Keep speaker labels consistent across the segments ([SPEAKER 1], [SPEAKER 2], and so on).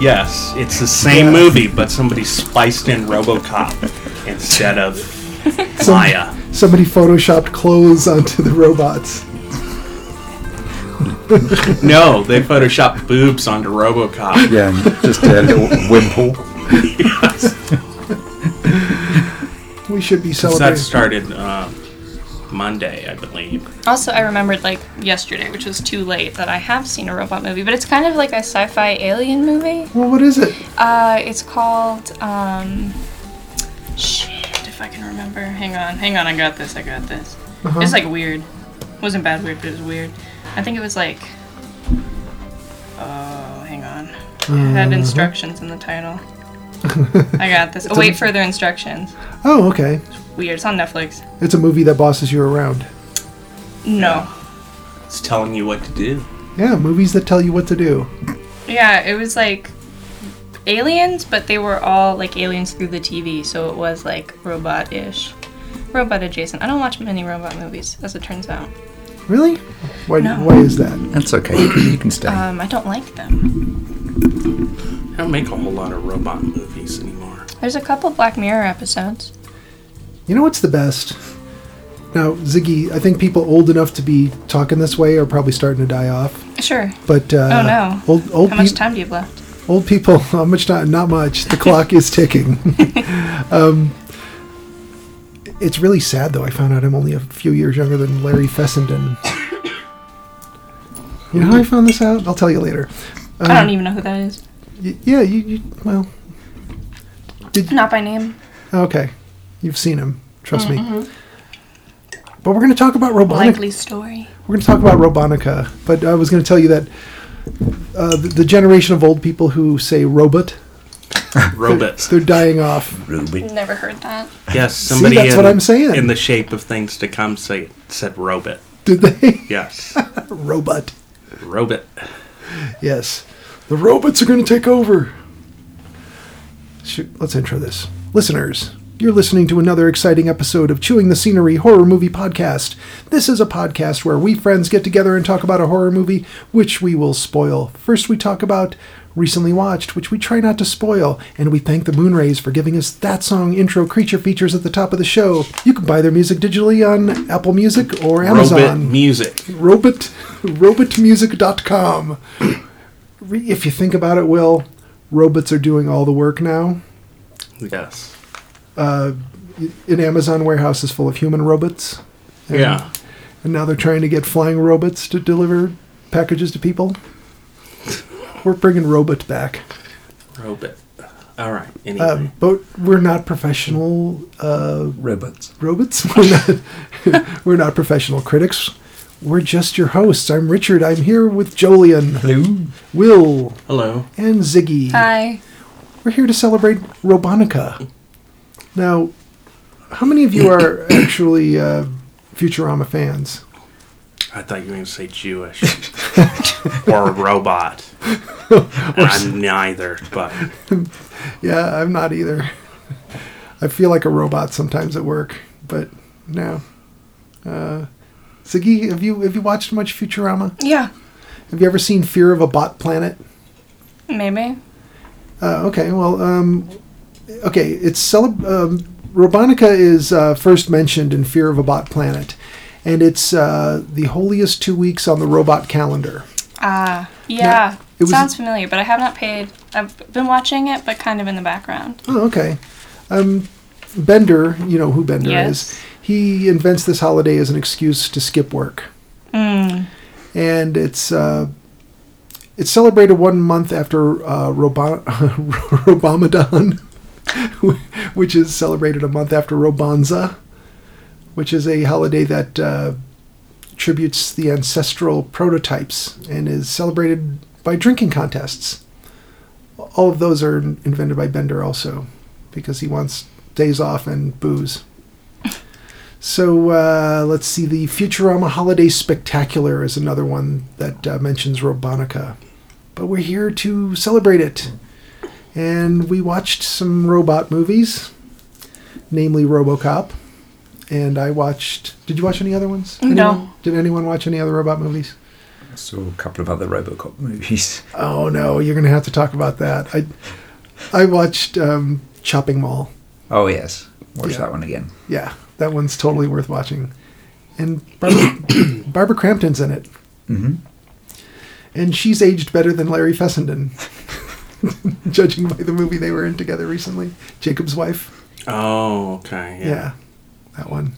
[SPEAKER 1] Yes, it's the same movie, but somebody spliced in RoboCop instead of Maya.
[SPEAKER 2] Somebody photoshopped clothes onto the robots.
[SPEAKER 1] No, they photoshopped boobs onto RoboCop.
[SPEAKER 3] Yeah, and just a little wimple.
[SPEAKER 2] We should be
[SPEAKER 1] So that
[SPEAKER 2] celebrating.
[SPEAKER 1] started uh, Monday, I believe.
[SPEAKER 4] Also, I remembered like yesterday, which was too late, that I have seen a robot movie, but it's kind of like a sci-fi alien movie.
[SPEAKER 2] Well, what is it?
[SPEAKER 4] Uh, it's called um, shit. If I can remember, hang on, hang on. I got this. I got this. It's like weird. wasn't bad weird, but it was weird. I think it was like. Oh, hang on. It had instructions in the title. I got this. Oh, wait, further instructions.
[SPEAKER 2] Oh, okay.
[SPEAKER 4] Weird. It's on Netflix.
[SPEAKER 2] It's a movie that bosses you around.
[SPEAKER 4] No.
[SPEAKER 1] It's telling you what to do.
[SPEAKER 2] Yeah, movies that tell you what to do.
[SPEAKER 4] Yeah, it was like aliens, but they were all like aliens through the TV, so it was like robot ish. Robot adjacent. I don't watch many robot movies, as it turns out.
[SPEAKER 2] Really? Why?
[SPEAKER 4] No.
[SPEAKER 2] Why is that?
[SPEAKER 3] That's okay. You can stay.
[SPEAKER 4] Um, I don't like them.
[SPEAKER 1] They don't make a whole lot of robot movies anymore.
[SPEAKER 4] There's a couple Black Mirror episodes.
[SPEAKER 2] You know what's the best? Now, Ziggy, I think people old enough to be talking this way are probably starting to die off.
[SPEAKER 4] Sure.
[SPEAKER 2] But uh,
[SPEAKER 4] Oh, no.
[SPEAKER 2] old old
[SPEAKER 4] How much
[SPEAKER 2] peop-
[SPEAKER 4] time do you have left?
[SPEAKER 2] old people how much time not much the clock is ticking um, it's really sad though i found out i'm only a few years younger than larry fessenden you know how i found this out i'll tell you later
[SPEAKER 4] I don't even know who that is.
[SPEAKER 2] Y- yeah you, you well
[SPEAKER 4] Not by name.
[SPEAKER 2] okay you've seen him trust me but we're going to talk about robotic
[SPEAKER 4] Likely story.
[SPEAKER 2] We're going to talk about Robonica, but I was going to tell you that uh, the, the generation of old people who say robot,
[SPEAKER 1] Robots.
[SPEAKER 2] they're dying off.
[SPEAKER 3] Ruby.
[SPEAKER 4] Never heard that.
[SPEAKER 1] Yes, somebody
[SPEAKER 2] that's
[SPEAKER 1] in,
[SPEAKER 2] what I'm saying.
[SPEAKER 1] in the shape of things to come say, said robot.
[SPEAKER 2] Did they?
[SPEAKER 1] Yes,
[SPEAKER 2] robot.
[SPEAKER 1] robot.
[SPEAKER 2] Yes. The robots are going to take over. Shoot, let's intro this. Listeners, you're listening to another exciting episode of Chewing the Scenery Horror Movie Podcast. This is a podcast where we friends get together and talk about a horror movie, which we will spoil. First, we talk about recently watched, which we try not to spoil, and we thank the Moonrays for giving us that song intro creature features at the top of the show. You can buy their music digitally on Apple Music or Amazon
[SPEAKER 1] Robot music.
[SPEAKER 2] robot robotmusic.com Re- if you think about it will robots are doing all the work now
[SPEAKER 1] Yes.
[SPEAKER 2] an amazon warehouse is full of human robots and,
[SPEAKER 1] Yeah.
[SPEAKER 2] and now they're trying to get flying robots to deliver packages to people we're bringing robot back
[SPEAKER 1] Robot. All right. Anyway.
[SPEAKER 2] uh, but we're not professional uh,
[SPEAKER 3] Robots.
[SPEAKER 2] robots we're not, we're not professional critics we're just your hosts i'm richard i'm here with jolien
[SPEAKER 3] Hello.
[SPEAKER 2] will
[SPEAKER 1] Hello.
[SPEAKER 2] and ziggy
[SPEAKER 4] Hi.
[SPEAKER 2] we're here to celebrate Robonica. Now, how many of you are actually uh, Futurama fans?
[SPEAKER 1] I thought you were going to say Jewish or robot. I'm neither, but
[SPEAKER 2] Yeah, I'm not either. I feel like a robot sometimes at work, but no. Uh, Ziggy, have you have you watched much Futurama?
[SPEAKER 4] Yeah.
[SPEAKER 2] Have you ever seen Fear of a Bot Planet?
[SPEAKER 4] Maybe.
[SPEAKER 2] Uh, okay, well, um, okay, it's celeb- um, Robonica is uh, first mentioned in Fear of a Bot Planet, and it's uh, the holiest two weeks on the robot calendar.
[SPEAKER 4] Ah. yeah.
[SPEAKER 2] it was-
[SPEAKER 4] Sounds familiar, but I have not paid. I've been watching it, but kind of in the background.
[SPEAKER 2] Oh, okay. Um, Bender, you know who Bender
[SPEAKER 4] Yes.
[SPEAKER 2] is. He invents this holiday as an excuse to skip work,
[SPEAKER 4] Hmm.
[SPEAKER 2] and it's uh, it's celebrated one month after uh, Robo- Robamadan, wh- which is celebrated a month after Robanza, which is a holiday that uh, tributes the ancestral prototypes and is celebrated by drinking contests. all of those are invented by Bender also, because he wants days off and booze. So uh, let's see. The Futurama Holiday Spectacular is another one that uh, mentions Robonica, but we're here to celebrate it, and we watched some robot movies, namely RoboCop, and I watched. Did you watch any other ones?
[SPEAKER 4] No.
[SPEAKER 2] Anyone? Did anyone watch any other robot movies?
[SPEAKER 3] Saw a couple of other RoboCop movies.
[SPEAKER 2] Oh no, you're gonna have to talk about that. I I watched um, Chopping Mall.
[SPEAKER 3] Oh yes, watch
[SPEAKER 2] Yeah.
[SPEAKER 3] that one again.
[SPEAKER 2] Yeah, that one's totally worth watching. And Barbara, Barbara Crampton's in it.
[SPEAKER 3] Mhm.
[SPEAKER 2] Mm-hmm. And she's aged better than Larry Fessenden, judging by the movie they were in together recently, Jacob's Wife.
[SPEAKER 1] Oh, okay.
[SPEAKER 2] Yeah, that one.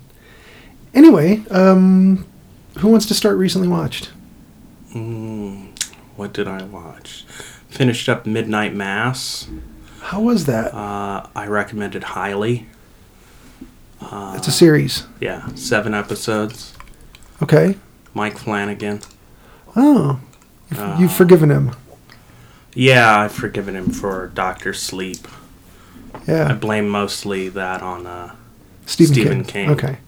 [SPEAKER 2] Anyway, um, who wants to start recently watched?
[SPEAKER 1] What did I watch? Finished up Midnight Mass.
[SPEAKER 2] How was that?
[SPEAKER 1] Uh, I recommended highly.
[SPEAKER 2] it's a series.
[SPEAKER 1] Yeah, seven episodes.
[SPEAKER 2] Okay.
[SPEAKER 1] Mike Flanagan.
[SPEAKER 2] Oh, you've, you've forgiven him.
[SPEAKER 1] Yeah, I've forgiven him for Doctor Sleep. I
[SPEAKER 2] Yeah.
[SPEAKER 1] blame mostly that on uh,
[SPEAKER 2] Stephen,
[SPEAKER 1] Stephen
[SPEAKER 2] King.
[SPEAKER 1] King.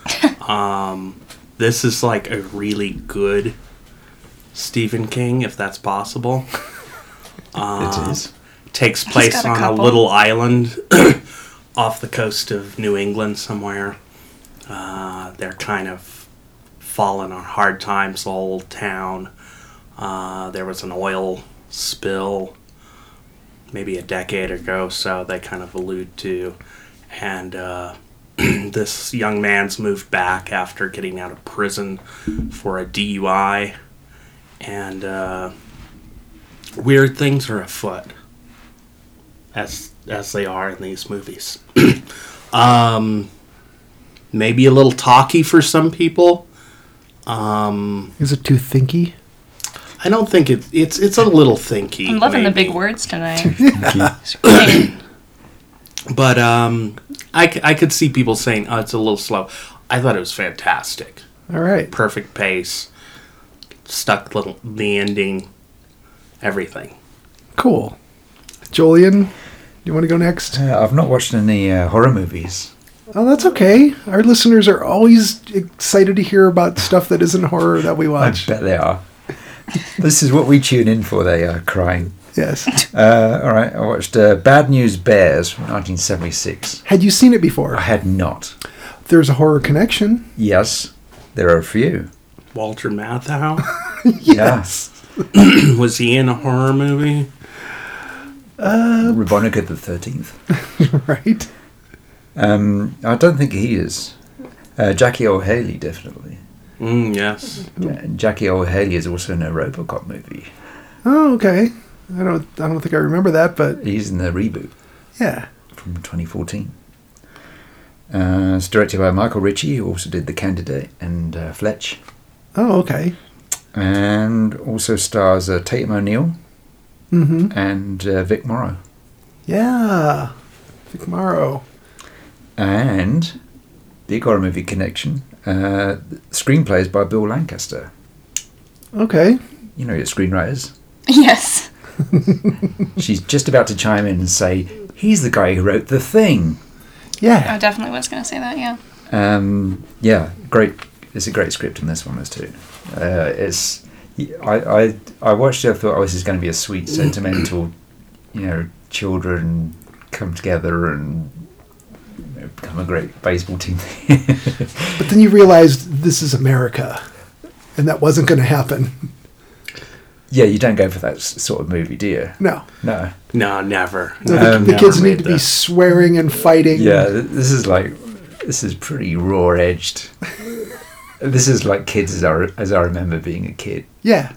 [SPEAKER 2] Okay.
[SPEAKER 1] this is like a really good Stephen King, if that's possible.
[SPEAKER 3] it is.
[SPEAKER 1] Takes place
[SPEAKER 4] got a
[SPEAKER 1] on a
[SPEAKER 4] couple.
[SPEAKER 1] little island off the coast of New England somewhere. Uh, they're kind of fallen on hard times, the whole town. Uh, there was an oil spill maybe a decade ago, so they kind of allude to. And uh, this young man's moved back after getting out of prison for a DUI. And uh, weird things are afoot, as, as they are in these movies. um, maybe a little talky for some people.
[SPEAKER 2] Is it too thinky?
[SPEAKER 1] I don't think it, it's it's a little thinky.
[SPEAKER 4] I'm loving the
[SPEAKER 1] maybe.
[SPEAKER 4] big words tonight.
[SPEAKER 3] Yeah.
[SPEAKER 4] Screaming.
[SPEAKER 1] But um, I, c- I could see people saying, oh, it's a little slow. I thought it was fantastic.
[SPEAKER 2] All right.
[SPEAKER 1] Perfect pace. Stuck little, the ending, everything.
[SPEAKER 2] Cool. Julian, you want to go next?
[SPEAKER 3] Uh, I've not watched any uh, horror movies.
[SPEAKER 2] Oh, that's okay. Our listeners are always excited to hear about stuff that isn't horror that we
[SPEAKER 3] I
[SPEAKER 2] watch.
[SPEAKER 3] bet they are. this is what we tune in for. They are crying.
[SPEAKER 2] Yes.
[SPEAKER 3] Uh, all right, I watched uh, Bad News Bears from 1976.
[SPEAKER 2] Had you seen it
[SPEAKER 3] I
[SPEAKER 2] before?
[SPEAKER 3] had not.
[SPEAKER 2] There's a horror connection.
[SPEAKER 3] Yes, there are a few.
[SPEAKER 1] Walter Matthau?
[SPEAKER 3] Yes.
[SPEAKER 1] was he in a horror movie?
[SPEAKER 3] Yeah. Rubonica the 13th.
[SPEAKER 2] Right.
[SPEAKER 3] Um, I don't think he is. Uh, Jackie O'Haley, definitely.
[SPEAKER 1] Mm, yes.
[SPEAKER 3] Ja- Jackie O'Haley is also in a Robocop movie.
[SPEAKER 2] Oh, okay. I don't. I don't think I remember that, but
[SPEAKER 3] He's in the reboot
[SPEAKER 2] yeah.
[SPEAKER 3] from 2014. Uh, it's directed by Michael Ritchie, who also did The Candidate and uh, Fletch.
[SPEAKER 2] Oh, okay.
[SPEAKER 3] And also stars uh, Tatum O'Neill
[SPEAKER 2] Mm-hmm.
[SPEAKER 3] and uh, Vic Morrow.
[SPEAKER 2] Yeah. Vic Morrow.
[SPEAKER 3] And big horror movie connection. Uh, screenplays by Bill Lancaster.
[SPEAKER 2] Okay.
[SPEAKER 3] You know your screenwriters.
[SPEAKER 4] yes.
[SPEAKER 3] She's just about to chime in and say, "He's the guy who wrote the thing."
[SPEAKER 2] Yeah.
[SPEAKER 4] I definitely was going to say that, yeah.
[SPEAKER 3] Um, yeah, great. It's a great script in this one as too. Uh, it's I, I I watched it. I thought, oh, this is going to be a sweet, sentimental, you know, children come together and you know, become a great baseball team.
[SPEAKER 2] But then you realized this is America, and that wasn't going to happen.
[SPEAKER 3] yeah, you don't go for that s- sort of movie, do you?
[SPEAKER 2] No.
[SPEAKER 3] No.
[SPEAKER 1] No, never.
[SPEAKER 2] No,
[SPEAKER 1] No,
[SPEAKER 2] the, the
[SPEAKER 1] never
[SPEAKER 2] kids
[SPEAKER 1] read
[SPEAKER 2] need to be
[SPEAKER 1] that.
[SPEAKER 2] swearing and fighting.
[SPEAKER 3] Yeah, th- this is like this is pretty raw edged. this is like kids as I re- as I remember being a kid.
[SPEAKER 2] Yeah.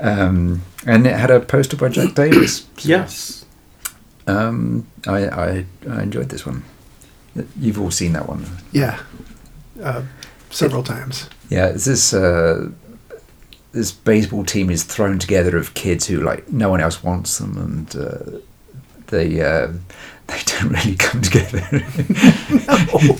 [SPEAKER 3] Um, and it had a poster by Jack Davis. So,
[SPEAKER 1] Yes.
[SPEAKER 3] Um, I, I I enjoyed this one. You've all seen that one.
[SPEAKER 2] Yeah. Uh, several times.
[SPEAKER 3] Yeah, it's this uh, this baseball team is thrown together of kids who like no one else wants them, and uh, they uh, they don't really come together.
[SPEAKER 1] Oh,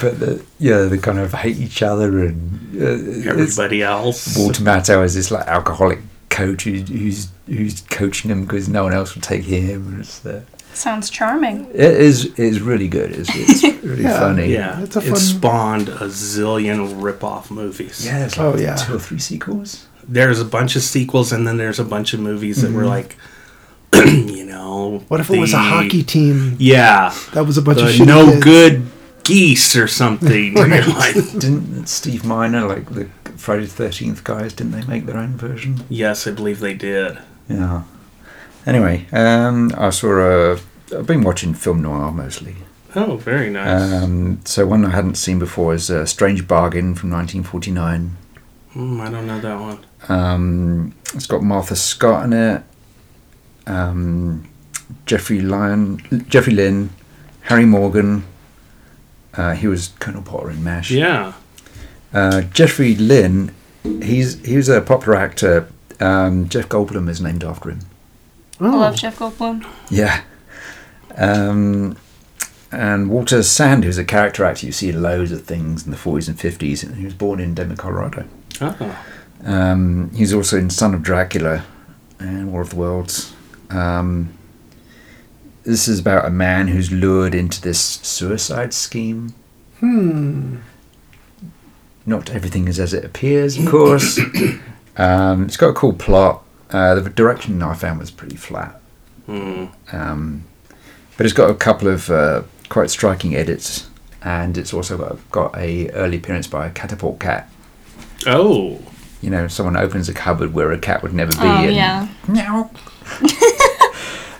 [SPEAKER 3] but the, yeah, they kind of hate each other, and uh, it's-
[SPEAKER 1] Everybody else.
[SPEAKER 3] Walter Matthau is this like alcoholic coach who, who's who's coaching him because no one else will take him. It's, uh,
[SPEAKER 4] Sounds charming.
[SPEAKER 3] it is it is really good. It's, it's really
[SPEAKER 2] Yeah.
[SPEAKER 3] funny.
[SPEAKER 1] Yeah,
[SPEAKER 2] It's a
[SPEAKER 1] it
[SPEAKER 2] fun-
[SPEAKER 1] spawned a zillion rip-off movies.
[SPEAKER 3] Yeah, there's
[SPEAKER 2] Oh,
[SPEAKER 3] like
[SPEAKER 2] yeah.
[SPEAKER 3] two or three sequels.
[SPEAKER 1] There's a bunch of sequels, and then there's a bunch of movies that were like, you know,
[SPEAKER 2] Mm-hmm. What if it was a
[SPEAKER 1] the-
[SPEAKER 2] hockey team
[SPEAKER 1] Yeah,
[SPEAKER 2] that was a bunch of
[SPEAKER 1] the
[SPEAKER 2] shitty
[SPEAKER 1] no
[SPEAKER 2] kids?
[SPEAKER 1] good geese or something. And you're like,
[SPEAKER 3] Didn't Steve Miner like the Friday the Thirteenth guys? Didn't they make their own version?
[SPEAKER 1] yes, I believe they did.
[SPEAKER 3] Yeah. Anyway, um, I saw a. I've been watching film noir mostly.
[SPEAKER 1] Oh, very nice.
[SPEAKER 3] Um, so one I hadn't seen before is uh, Strange Bargain from 1949.
[SPEAKER 1] Hmm, I don't know that one.
[SPEAKER 3] Um, it's got Martha Scott in it, um, Jeffrey Lyon, Jeffrey Lynn, Harry Morgan. Uh, he was Colonel Potter in Mash.
[SPEAKER 1] Yeah.
[SPEAKER 3] Uh, Jeffrey Lynn, he's he was a popular actor. Um, Jeff Goldblum is named after him.
[SPEAKER 4] I
[SPEAKER 2] Oh,
[SPEAKER 4] love Jeff Goldblum.
[SPEAKER 3] Yeah. Um, and Walter Sand, who's a character actor, you see in loads of things in the 40s and 50s, and he was born in Denver, Colorado.
[SPEAKER 1] Oh,
[SPEAKER 3] Um, he's also in Son of Dracula and War of the Worlds. Um, this is about a man who's lured into this suicide scheme.
[SPEAKER 2] hmm.
[SPEAKER 3] Not everything is as it appears, of course. um, it's got a cool plot. Uh, the direction I found was pretty flat.
[SPEAKER 1] Hmm.
[SPEAKER 3] Um, but it's got a couple of uh, quite striking edits, and it's also got, got a early appearance by a catapult cat.
[SPEAKER 1] oh,
[SPEAKER 3] You know, someone opens a cupboard where a cat would never be.
[SPEAKER 4] Oh
[SPEAKER 3] and,
[SPEAKER 4] yeah.
[SPEAKER 3] Meow.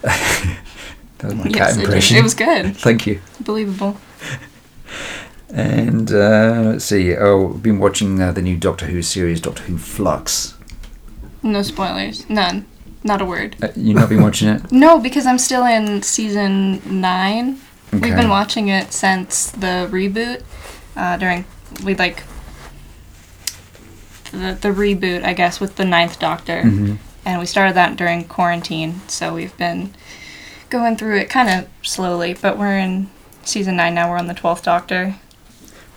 [SPEAKER 3] that was my
[SPEAKER 4] Yes,
[SPEAKER 3] cat
[SPEAKER 4] it, did.
[SPEAKER 3] impression.
[SPEAKER 4] it was good.
[SPEAKER 3] Thank you.
[SPEAKER 4] Believable.
[SPEAKER 3] And uh, let's see. Oh, I've been watching uh, the new Doctor Who series, Doctor Who Flux.
[SPEAKER 4] No spoilers. None. Not a word.
[SPEAKER 3] Uh, you not been watching it?
[SPEAKER 4] No, because I'm still in season nine.
[SPEAKER 3] Okay.
[SPEAKER 4] We've been watching it since the reboot. Uh, during we like the the reboot, I guess, with the Ninth Doctor,
[SPEAKER 3] Mm-hmm.
[SPEAKER 4] and we started that during quarantine. So we've been going through it kind of slowly, but we're in season nine now. We're on the Twelfth Doctor.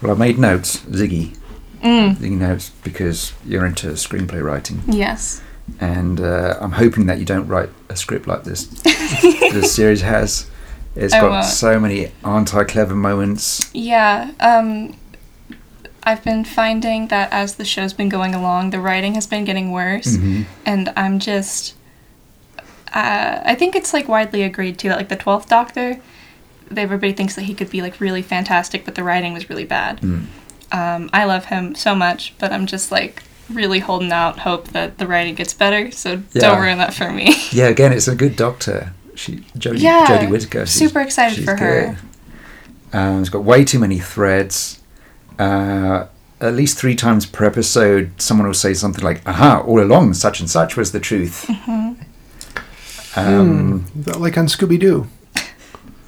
[SPEAKER 3] Well, I made notes, Ziggy.
[SPEAKER 4] Mm.
[SPEAKER 3] Ziggy notes because you're into screenplay writing,
[SPEAKER 4] Yes.
[SPEAKER 3] and uh, I'm hoping that you don't write a script like this. this series has. It's
[SPEAKER 4] I
[SPEAKER 3] got
[SPEAKER 4] won't.
[SPEAKER 3] so many aren't I clever moments.
[SPEAKER 4] Yeah, um, I've been finding that as the show's been going along, the writing has been getting worse, and I'm just. Uh, I think it's like widely agreed to that, like the Twelfth Doctor, that everybody thinks that he could be like really fantastic, but the writing was really bad.
[SPEAKER 3] Hmm.
[SPEAKER 4] Um, I love him so much, but I'm just like really holding out hope that the writing gets better. So
[SPEAKER 3] Yeah.
[SPEAKER 4] don't ruin that for me.
[SPEAKER 3] Yeah, again, it's a good doctor. She Jodie
[SPEAKER 4] Yeah,
[SPEAKER 3] Jodie Whittaker. she's-
[SPEAKER 4] super excited
[SPEAKER 3] she's
[SPEAKER 4] for her.
[SPEAKER 3] good. Um, it's got way too many threads. Uh, at least three times per episode, someone will say something like, "Aha! All along, such and such was the truth." Um,
[SPEAKER 2] Is that like on Scooby Doo?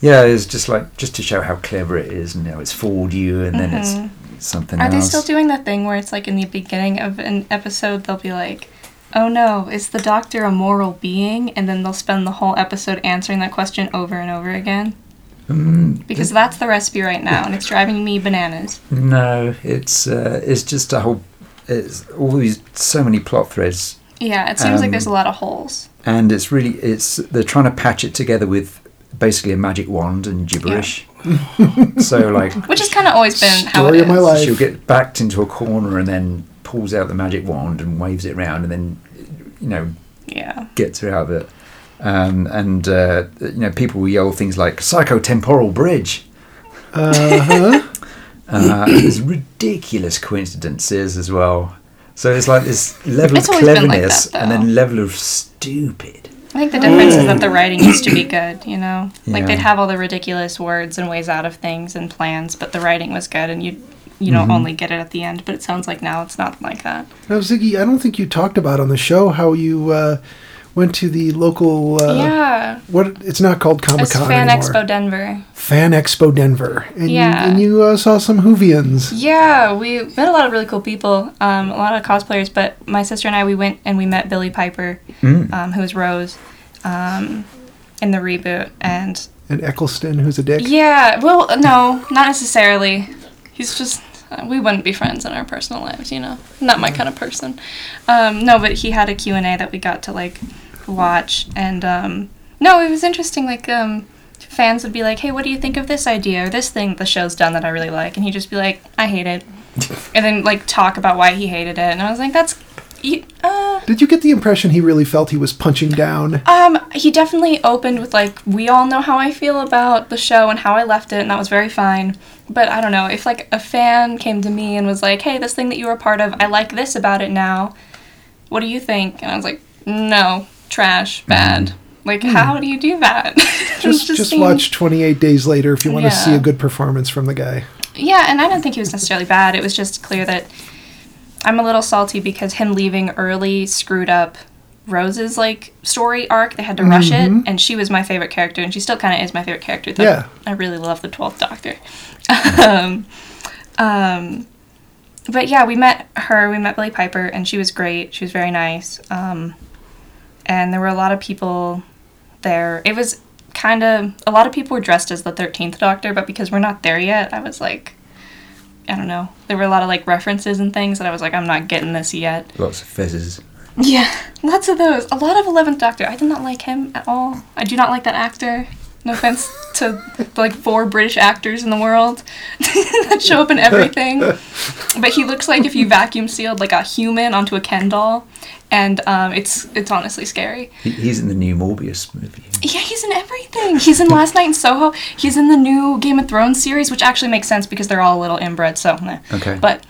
[SPEAKER 3] Yeah, it's just like just to show how clever it is, and you know, it's fooled you, and then it's something
[SPEAKER 4] Mm-hmm.
[SPEAKER 3] else.
[SPEAKER 4] Are they still doing that thing where it's like in the beginning of an episode they'll be like, "Oh no, is the doctor a moral being?" and then they'll spend the whole episode answering that question over and over again?
[SPEAKER 2] Mm,
[SPEAKER 4] Because that's the recipe right now, and it's driving me bananas.
[SPEAKER 3] no, it's uh, it's just a whole. It's all these so many plot threads
[SPEAKER 4] Yeah, it seems like
[SPEAKER 3] Um,
[SPEAKER 4] there's a lot of holes.
[SPEAKER 3] and it's really it's they're trying to patch it together with basically a magic wand and gibberish. so like
[SPEAKER 4] Which has kind of always been how it
[SPEAKER 2] Story
[SPEAKER 4] is.
[SPEAKER 2] of my life.
[SPEAKER 3] she'll get backed into a corner and then pulls out the magic wand and waves it round and then you know
[SPEAKER 4] Yeah.
[SPEAKER 3] gets her out of it. Um, and uh, you know people will yell things like psychotemporal bridge.
[SPEAKER 2] Uh
[SPEAKER 4] Uh-huh.
[SPEAKER 2] huh.
[SPEAKER 3] Uh, there's ridiculous coincidences as well. So it's like this level
[SPEAKER 4] It's
[SPEAKER 3] of
[SPEAKER 4] always been like
[SPEAKER 3] cleverness
[SPEAKER 4] that,
[SPEAKER 3] and
[SPEAKER 4] though.
[SPEAKER 3] then level of stupid.
[SPEAKER 4] I think the difference is
[SPEAKER 2] Mm.
[SPEAKER 4] that the writing used to be good, you know? Like
[SPEAKER 3] Yeah.
[SPEAKER 4] they'd have all the ridiculous words and ways out of things and plans, but the writing was good and you you
[SPEAKER 2] Mm-hmm.
[SPEAKER 4] don't only get it at the end, but it sounds like now it's not like that.
[SPEAKER 2] now, Ziggy, I don't think you talked about on the show how you uh, went to the local. Uh,
[SPEAKER 4] yeah.
[SPEAKER 2] What it's not called Comic
[SPEAKER 4] It's
[SPEAKER 2] Con
[SPEAKER 4] Fan
[SPEAKER 2] anymore.
[SPEAKER 4] Expo Denver.
[SPEAKER 2] Fan Expo Denver, and
[SPEAKER 4] Yeah.
[SPEAKER 2] you, and you uh, saw some Hoovians.
[SPEAKER 4] Yeah, we met a lot of really cool people, um, a lot of cosplayers. But my sister and I, we went and we met Billy Piper,
[SPEAKER 2] Mm.
[SPEAKER 4] um, who was Rose, um, in the reboot. And
[SPEAKER 2] and Eccleston, who's a dick.
[SPEAKER 4] yeah, well, no, not necessarily. He's just we wouldn't be friends in our personal lives, you know. Not my kind of person. Um, no, but he had a Q and A that we got to like watch, and um, no, it was interesting. Like um, fans would be like, "Hey, what do you think of this idea or this thing the show's done that I really like?" And he'd just be like, "I hate it," and then like talk about why he hated it. And I was like, "That's." You, uh,
[SPEAKER 2] Did you get the impression he really felt he was punching down?
[SPEAKER 4] um, he definitely opened with like, we all know how I feel about the show and how I left it, and that was very fine. But I don't know if like a fan came to me and was like, hey, this thing that you were a part of, I like this about it now. What do you think? And I was like, no, trash, bad. Like, how do you do that? It
[SPEAKER 2] Mm-hmm. Just, just,
[SPEAKER 4] seemed-
[SPEAKER 2] watch 28 Days Later if you want
[SPEAKER 4] Yeah.
[SPEAKER 2] to see a good performance from the guy.
[SPEAKER 4] Yeah, and I don't think he was necessarily bad. It was just clear that I'm a little salty because him leaving early screwed up Rose's like story arc. They had to rush it, and she was my favorite character, and she still kind of is my favorite character. though.
[SPEAKER 2] Yeah.
[SPEAKER 4] I really love the Twelfth Doctor. um, um, but yeah, we met her. We met Billy Piper, and she was great. She was very nice. Um, and there were a lot of people there. It was kind of a lot of people were dressed as the 13th Doctor, but because we're not there yet, I was like, I don't know. There were a lot of like references and things that I was like, I'm not getting this yet.
[SPEAKER 3] Lots of fizzes.
[SPEAKER 4] Yeah, lots of those. A lot of 11th Doctor. I did not like him at all. I do not like that actor. No offense to like four British actors in the world that show up in everything. But he looks like if you vacuum sealed like a human onto a Ken doll. And um, it's it's honestly scary.
[SPEAKER 3] He, he's in the new Morbius movie.
[SPEAKER 4] Yeah, he's in everything. He's in Last Night in Soho. He's in the new Game of Thrones series, which actually makes sense because they're all a little inbred. So, meh.
[SPEAKER 3] Okay.
[SPEAKER 4] But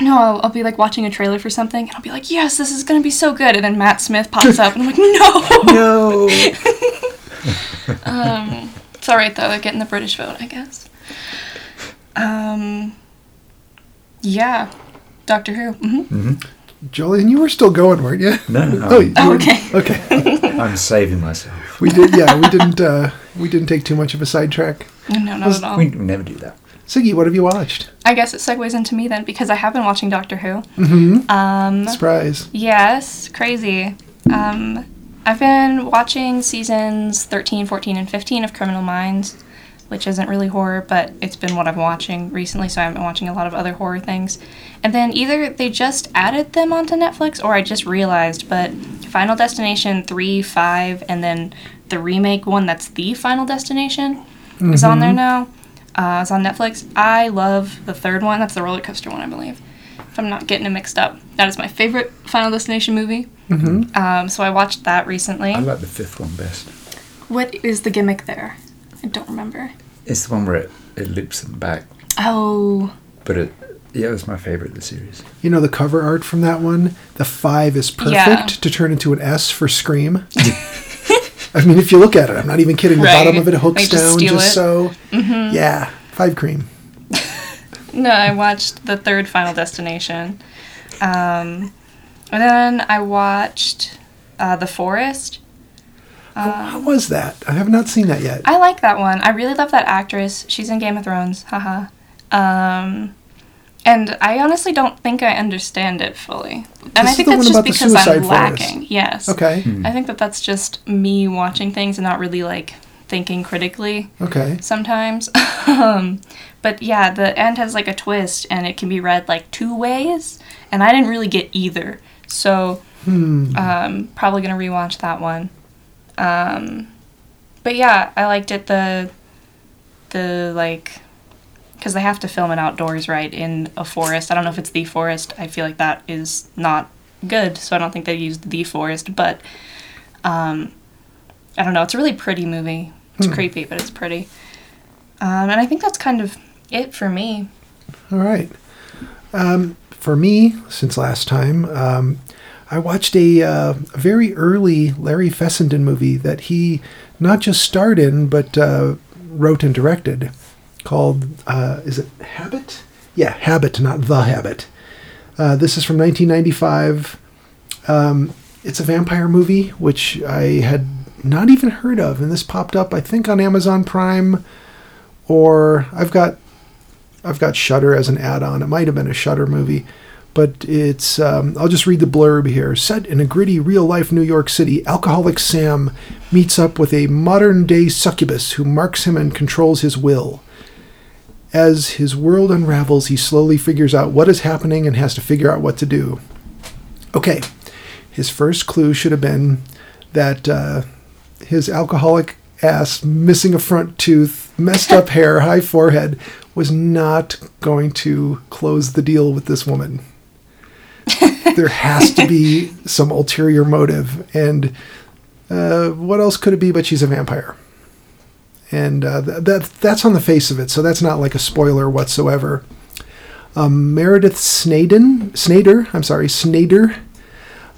[SPEAKER 4] no, I'll, I'll be like watching a trailer for something, and I'll be like, "Yes, this is gonna be so good," and then Matt Smith pops up, and I'm like, "No."
[SPEAKER 3] No.
[SPEAKER 4] It's all right though. They're getting the British vote, I guess. Um. Yeah, Doctor Who. hmm
[SPEAKER 2] Jolene, you were still going, weren't you?
[SPEAKER 3] No, no,
[SPEAKER 2] Oh,
[SPEAKER 3] no.
[SPEAKER 2] you
[SPEAKER 4] Oh,
[SPEAKER 2] were-
[SPEAKER 4] okay.
[SPEAKER 2] Okay.
[SPEAKER 3] I'm saving myself.
[SPEAKER 2] We did. Yeah, we didn't. Uh, we didn't take too much of a sidetrack.
[SPEAKER 4] No, not
[SPEAKER 2] Oh.
[SPEAKER 4] at all.
[SPEAKER 3] We never do that.
[SPEAKER 2] Siggy, what have you watched?
[SPEAKER 4] I guess it segues into me then because I have been watching Doctor Who. Um.
[SPEAKER 2] Surprise.
[SPEAKER 4] Yes, crazy. Um, I've been watching seasons 13, 14, and 15 of Criminal Minds, which isn't really horror, but it's been what I'm watching recently, so I've been watching a lot of other horror things. And then either they just added them onto Netflix or I just realized, but Final Destination 3, 5, and then the remake one that's the Final Destination is on there now. Uh, it's on Netflix. I love the third one. That's the roller coaster one, I believe if I'm not getting it mixed up. That is my favorite Final Destination movie. Mm-hmm. Um, so I watched that recently.
[SPEAKER 3] I like the fifth one best.
[SPEAKER 4] What is the gimmick there? I don't remember.
[SPEAKER 3] It's the one where it, it loops them back.
[SPEAKER 4] Oh,
[SPEAKER 3] But it, yeah, it was my favourite of the series.
[SPEAKER 2] You know the cover art from that one? The five is perfect
[SPEAKER 4] Yeah.
[SPEAKER 2] to turn into an S for scream. I mean, if you look at it, I'm not even kidding. The
[SPEAKER 4] Right.
[SPEAKER 2] bottom of it hooks
[SPEAKER 4] Like, just
[SPEAKER 2] down
[SPEAKER 4] steal
[SPEAKER 2] just
[SPEAKER 4] it. Mm-hmm.
[SPEAKER 2] so. Yeah, five cream.
[SPEAKER 4] no, I watched the third Final Destination. Um, and then I watched uh, The Forest.
[SPEAKER 2] How was that? I have not seen that yet.
[SPEAKER 4] I like that one. I really love that actress. She's in Game of Thrones. Haha. Um, and I honestly don't think I understand it fully. And I
[SPEAKER 2] This is
[SPEAKER 4] think
[SPEAKER 2] the
[SPEAKER 4] that's
[SPEAKER 2] one
[SPEAKER 4] just
[SPEAKER 2] about the
[SPEAKER 4] because I'm
[SPEAKER 2] suicide forest.
[SPEAKER 4] lacking. Yes.
[SPEAKER 2] Okay,
[SPEAKER 4] I think that that's just me watching things and not really like thinking critically
[SPEAKER 2] okay.
[SPEAKER 4] sometimes. um, but yeah, the end has like a twist and it can be read like two ways, and I didn't really get either. So um, probably gonna rewatch that one. Um, but yeah, I liked it. The the like because they have to film it outdoors, right, in a forest. I don't know if it's the forest. I feel like that is not good, so I don't think they used the forest. But um, I don't know. It's a really pretty movie. It's creepy, but it's pretty. Um, and I think that's kind of it for me.
[SPEAKER 2] All right. Um, for me, since last time, um, I watched a uh, very early Larry Fessenden movie that he not just starred in, but uh, wrote and directed called, uh, is it Habit? Yeah, Habit, not The Habit. Uh, this is from 1995. Um, it's a vampire movie, which I had not even heard of, and this popped up, I think, on Amazon Prime, or I've got I've got Shutter as an add-on. It might have been a Shutter movie, but it's. Um, I'll just read the blurb here. Set in a gritty, real-life New York City, alcoholic Sam meets up with a modern-day succubus who marks him and controls his will. As his world unravels, he slowly figures out what is happening and has to figure out what to do. Okay, his first clue should have been that uh, his alcoholic ass, missing a front tooth, messed up hair, high forehead, was not going to close the deal with this woman. there has to be some ulterior motive, and uh, what else could it be? But she's a vampire, and uh, th- that that's on the face of it, so that's not like a spoiler whatsoever. Um, Meredith Snaden, Snader, I'm sorry, Snader.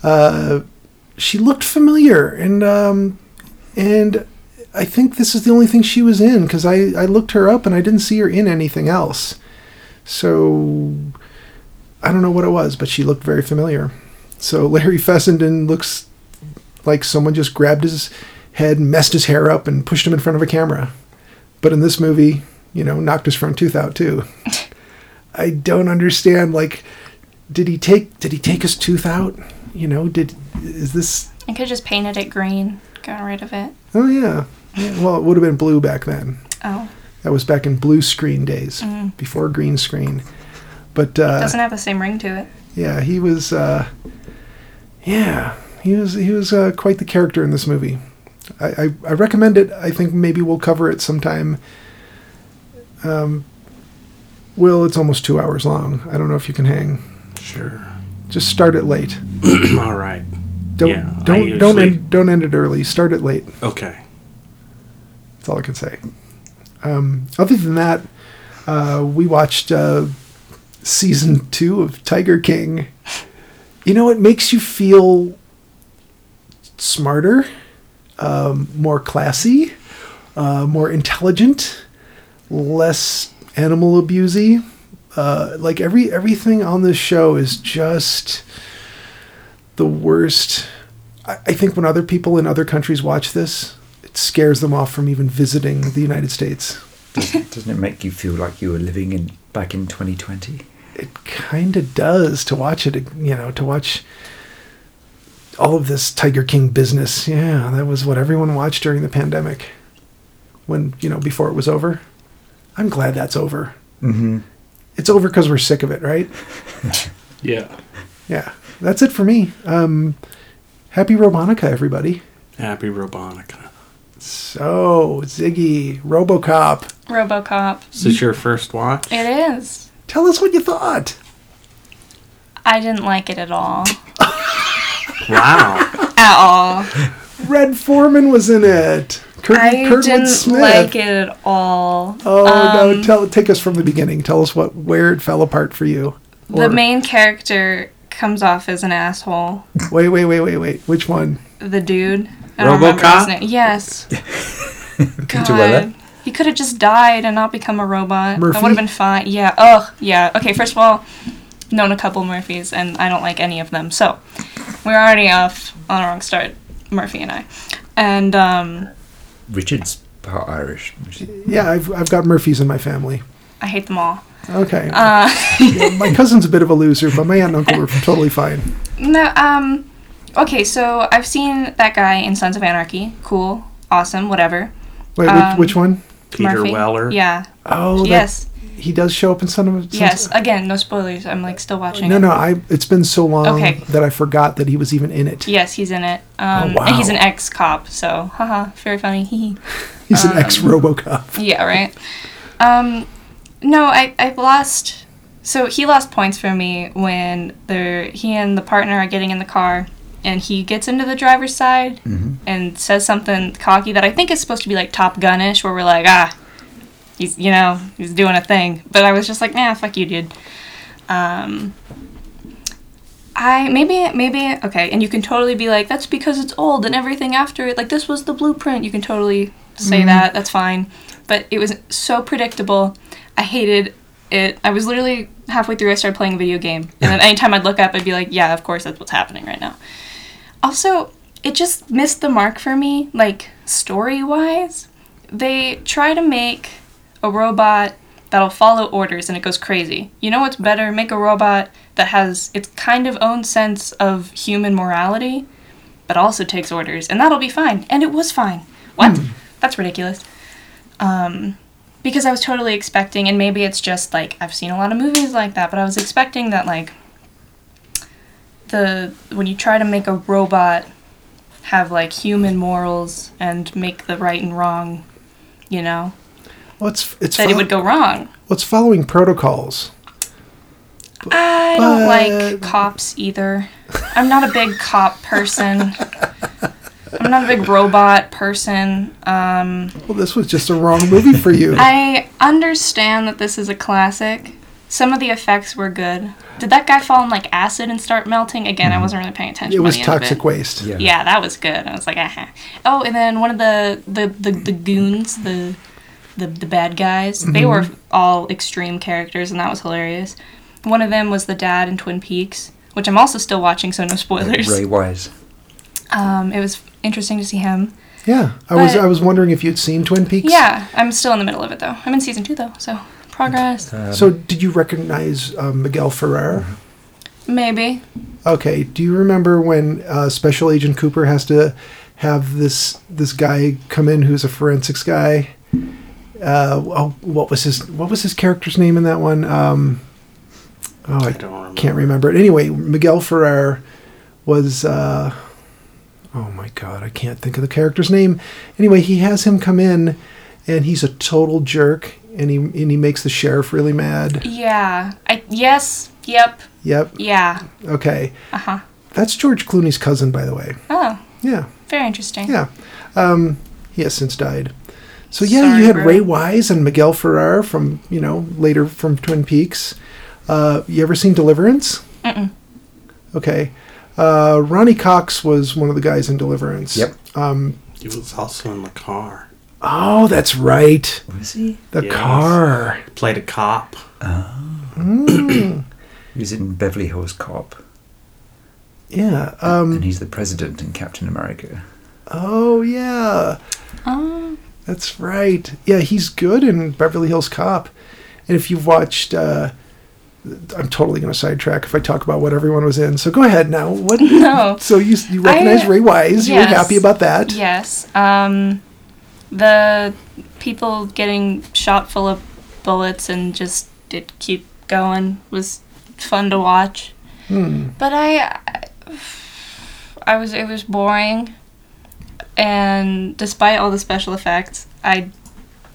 [SPEAKER 2] Uh, she looked familiar, and um, and I think this is the only thing she was in because I, I looked her up and I didn't see her in anything else. So I don't know what it was, but she looked very familiar. So Larry Fessenden looks like someone just grabbed his head, messed his hair up, and pushed him in front of a camera. But in this movie, you know, knocked his front tooth out too. I don't understand. Like, did he take did he take his tooth out? You know, did is this
[SPEAKER 4] I could have just painted it green, got rid of it.
[SPEAKER 2] Oh yeah. yeah. Well, it would have been blue back then.
[SPEAKER 4] Oh,
[SPEAKER 2] That was back in blue screen days, before green screen. But uh,
[SPEAKER 4] Mm-hmm. doesn't have the same ring to it.
[SPEAKER 2] yeah, he was. Uh, yeah, he was. He was uh, quite the character in this movie. I, I, I recommend it. I think maybe we'll cover it sometime. Um, Will, it's almost two hours long. I don't know if you can hang.
[SPEAKER 1] Sure.
[SPEAKER 2] Just start it late.
[SPEAKER 1] All right.
[SPEAKER 2] Don't
[SPEAKER 1] Yeah, I
[SPEAKER 2] don't don't
[SPEAKER 1] usually-
[SPEAKER 2] end, don't end it early. Start it late.
[SPEAKER 1] Okay.
[SPEAKER 2] That's all I can say. Um, other than that, uh, we watched uh, season two of Tiger King. You know, it makes you feel smarter, um, more classy, uh, more intelligent, less animal abusey. Uh, like every everything on this show is just the worst. I, I think when other people in other countries watch this, it scares them off from even visiting the United States.
[SPEAKER 3] Doesn't it make you feel like you were living in back in 2020?
[SPEAKER 2] It kind of does to watch it, you know, to watch all of this Tiger King business. Yeah, that was what everyone watched during the pandemic when, you know, before it was over. I'm glad that's over.
[SPEAKER 3] Mm-hmm.
[SPEAKER 2] It's over because we're sick of it, right?
[SPEAKER 5] Yeah.
[SPEAKER 2] Yeah, that's it for me. Um, happy Robonica, everybody.
[SPEAKER 1] Happy Robonica.
[SPEAKER 2] So, Ziggy, Robocop,
[SPEAKER 4] RoboCop.
[SPEAKER 1] Is this your first watch?
[SPEAKER 4] It is.
[SPEAKER 2] tell us what you thought.
[SPEAKER 4] I didn't like it at all.
[SPEAKER 1] Wow.
[SPEAKER 4] At all.
[SPEAKER 2] Red Foreman was in it. Kurt,
[SPEAKER 4] I
[SPEAKER 2] Kurtwood
[SPEAKER 4] didn't
[SPEAKER 2] Smith.
[SPEAKER 4] like it Um, at all.
[SPEAKER 2] Oh no! Tell take us from the beginning. Tell us what where it fell apart for you.
[SPEAKER 4] The
[SPEAKER 2] Or-
[SPEAKER 4] main character comes off as an asshole.
[SPEAKER 2] Wait, wait, wait, wait, wait. Which one?
[SPEAKER 4] The dude. I don't remember
[SPEAKER 1] RoboCop?
[SPEAKER 4] his name. Yes.
[SPEAKER 3] Cruella?
[SPEAKER 4] God. He could have just died and not become a robot.
[SPEAKER 2] Murphy?
[SPEAKER 4] That would have been fine. Yeah. Ugh. Yeah. Okay. First of all, known a couple Murphys, and I don't like any of them. So we're already off on a wrong start, Murphy and I. And um,
[SPEAKER 3] Richard's part Irish. which is-
[SPEAKER 2] Yeah, I've I've got Murphys in my family.
[SPEAKER 4] I hate them all.
[SPEAKER 2] Okay.
[SPEAKER 4] Uh,
[SPEAKER 2] Yeah, my cousin's a bit of a loser, but my aunt and uncle were totally fine.
[SPEAKER 4] No, um, okay, so I've seen that guy in Sons of Anarchy. Cool, awesome, whatever.
[SPEAKER 2] Wait,
[SPEAKER 4] Um,
[SPEAKER 2] which, which one?
[SPEAKER 1] Peter Weller.
[SPEAKER 4] Yeah.
[SPEAKER 2] Oh, that-
[SPEAKER 4] yes.
[SPEAKER 2] He does show up in Son of. Sons-
[SPEAKER 4] yes. Again, no spoilers. I'm like still watching.
[SPEAKER 2] No,
[SPEAKER 4] it.
[SPEAKER 2] no. I. It's been so long
[SPEAKER 4] Okay.
[SPEAKER 2] that I forgot that he was even in it.
[SPEAKER 4] Yes, he's in it. Um,
[SPEAKER 2] Oh, wow.
[SPEAKER 4] and he's an ex-cop, so haha, very funny. Hee
[SPEAKER 2] He's
[SPEAKER 4] Um,
[SPEAKER 2] an ex RoboCop.
[SPEAKER 4] hee. yeah, right. Um, no, I I lost. So he lost points for me when they're he and the partner are getting in the car, and he gets into the driver's side
[SPEAKER 2] Mm-hmm.
[SPEAKER 4] and says something cocky that I think is supposed to be like Top Gun-ish, where we're like, ah, he's you know he's doing a thing. But I was just like, nah, fuck you, dude. Um, I maybe maybe okay, and you can totally be like, that's because it's old and everything after it. Like this was the blueprint. You can totally say that. That's fine. But it was so predictable. I hated it. I was literally halfway through. I started playing a video game, and then anytime I'd look up, I'd be like, yeah, of course, that's what's happening right now. Also, it just missed the mark for me, like story wise. They try to make a robot that'll follow orders and it goes crazy. You know what's better? Make a robot that has its kind of own sense of human morality, but also takes orders, and that'll be fine. And it was fine. What? That's ridiculous. Um, because I was totally expecting, and maybe it's just like I've seen a lot of movies like that, but I was expecting that like the when you try to make a robot have like human morals and make the right and wrong, you know,
[SPEAKER 2] Well, it's it's
[SPEAKER 4] that it
[SPEAKER 2] fol-
[SPEAKER 4] would go wrong.
[SPEAKER 2] well, it's following protocols.
[SPEAKER 4] I
[SPEAKER 2] But-
[SPEAKER 4] don't like cops either. I'm not a big cop person. I'm not a big robot person. Um,
[SPEAKER 2] Well, this was just a wrong movie for you.
[SPEAKER 4] I understand that this is a classic. Some of the effects were good. Did that guy fall in like acid and start melting? Again, I wasn't really paying attention.
[SPEAKER 2] Mm-hmm. it
[SPEAKER 4] by
[SPEAKER 2] was
[SPEAKER 4] the end of
[SPEAKER 2] toxic waste.
[SPEAKER 3] Yeah.
[SPEAKER 4] Yeah, that was good. I was like, uh Oh, and then one of the the the, the goons, the, the the bad guys, they were all extreme characters, and that was hilarious. One of them was the dad in Twin Peaks, which I'm also still watching, so no spoilers.
[SPEAKER 3] Ray Wise.
[SPEAKER 4] Um, it was interesting to see him.
[SPEAKER 2] Yeah, I was
[SPEAKER 4] But-
[SPEAKER 2] I was wondering if you'd seen Twin Peaks.
[SPEAKER 4] Yeah, I'm still in the middle of it though. I'm in season two though, so progress.
[SPEAKER 2] So did you recognize um, Miguel Ferrer?
[SPEAKER 4] Maybe.
[SPEAKER 2] Okay. Do you remember when uh, Special Agent Cooper has to have this this guy come in who's a forensics guy? Uh, oh, what was his what was his character's name in that one? Um, oh, I
[SPEAKER 1] I don't remember.
[SPEAKER 2] can't remember it. Anyway, Miguel Ferrer was. Uh, oh my God, I can't think of the character's name. Anyway, he has him come in, and he's a total jerk, and he and he makes the sheriff really mad.
[SPEAKER 4] Yeah. I yes. Yep.
[SPEAKER 2] Yep.
[SPEAKER 4] Yeah.
[SPEAKER 2] Okay.
[SPEAKER 4] Uh huh.
[SPEAKER 2] That's George Clooney's cousin, by the way.
[SPEAKER 4] Oh,
[SPEAKER 2] Yeah.
[SPEAKER 4] very interesting.
[SPEAKER 2] Yeah. Um, he has since died. So yeah,
[SPEAKER 4] Sorry,
[SPEAKER 2] you had
[SPEAKER 4] bro.
[SPEAKER 2] Ray Wise and Miguel Ferrer from you know later from Twin Peaks. Uh, you ever seen Deliverance? Mm-mm. Okay. Uh, Ronnie Cox was one of the guys in Deliverance.
[SPEAKER 3] Yep.
[SPEAKER 2] Um,
[SPEAKER 1] He was also in the car.
[SPEAKER 2] oh, that's right.
[SPEAKER 3] Was he?
[SPEAKER 2] The
[SPEAKER 1] Yes.
[SPEAKER 2] car.
[SPEAKER 1] Played a cop.
[SPEAKER 3] He was in Beverly Hills Cop,
[SPEAKER 2] Yeah. Um,
[SPEAKER 3] and he's the president in Captain America.
[SPEAKER 2] oh yeah.
[SPEAKER 4] Um,
[SPEAKER 2] That's right. Yeah, he's good in Beverly Hills Cop. And if you've watched, uh, I'm totally going to sidetrack if I talk about what everyone was in. So go ahead now. What?
[SPEAKER 4] no.
[SPEAKER 2] So you you recognize
[SPEAKER 4] I-
[SPEAKER 2] Ray Wise? You were
[SPEAKER 4] yes.
[SPEAKER 2] happy about that?
[SPEAKER 4] Yes. Um, the people getting shot full of bullets and just did keep going was fun to watch. But I, I was it was boring, and despite all the special effects, I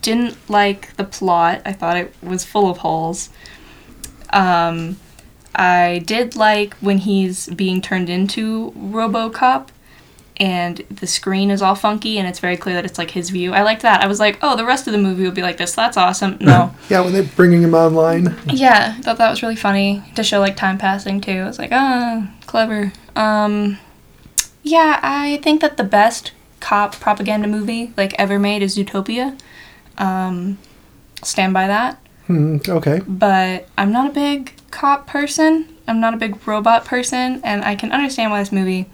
[SPEAKER 4] didn't like the plot. I thought it was full of holes. Um, I did like when he's being turned into RoboCop and the screen is all funky and it's very clear that it's like his view. I liked that. I was like, oh, the rest of the movie will be like this. That's awesome. No.
[SPEAKER 2] Yeah, when they're bringing him online.
[SPEAKER 4] yeah, I thought that was really funny to show like time passing too. I was like, ah, clever. Um, yeah, I think that the best cop propaganda movie like ever made is Zootopia. Um, stand by that
[SPEAKER 2] Hmm, okay.
[SPEAKER 4] but I'm not a big cop person. I'm not a big robot person, and I can understand why this movie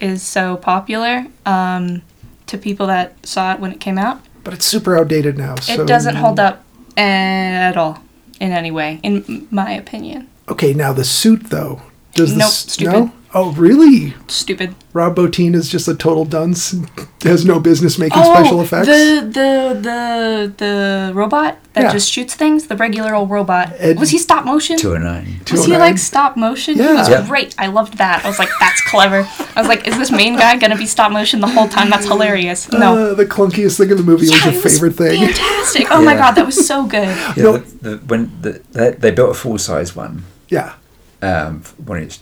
[SPEAKER 4] is so popular um, to people that saw it when it came out.
[SPEAKER 2] But it's super outdated now. so
[SPEAKER 4] it doesn't hold up at all in any way, in m- my opinion.
[SPEAKER 2] Okay, now the suit though. Does the
[SPEAKER 4] Nope,
[SPEAKER 2] s-
[SPEAKER 4] stupid.
[SPEAKER 2] no? Oh, really?
[SPEAKER 4] Stupid.
[SPEAKER 2] Rob Bottin is just a total dunce. and Has no business making special effects.
[SPEAKER 4] Oh, the the the the robot that
[SPEAKER 2] Yeah.
[SPEAKER 4] just shoots things. The regular old robot.
[SPEAKER 2] Ed-
[SPEAKER 4] was he stop motion?
[SPEAKER 3] 209.
[SPEAKER 4] Was he
[SPEAKER 2] 209?
[SPEAKER 4] like stop motion? He
[SPEAKER 2] Yeah.
[SPEAKER 4] was
[SPEAKER 3] Yeah.
[SPEAKER 4] great. I loved that. I was like, that's clever. I was like, is this main guy gonna be stop motion the whole time? That's hilarious. No.
[SPEAKER 2] Uh, the clunkiest thing in the movie was
[SPEAKER 4] Yeah,
[SPEAKER 2] your
[SPEAKER 4] it was
[SPEAKER 2] favorite thing.
[SPEAKER 4] Fantastic. Oh my
[SPEAKER 3] Yeah.
[SPEAKER 4] god, that was so good.
[SPEAKER 3] Yeah,
[SPEAKER 2] No.
[SPEAKER 3] the, the, when the, they, they built a full size one
[SPEAKER 2] Yeah.
[SPEAKER 3] um, when it's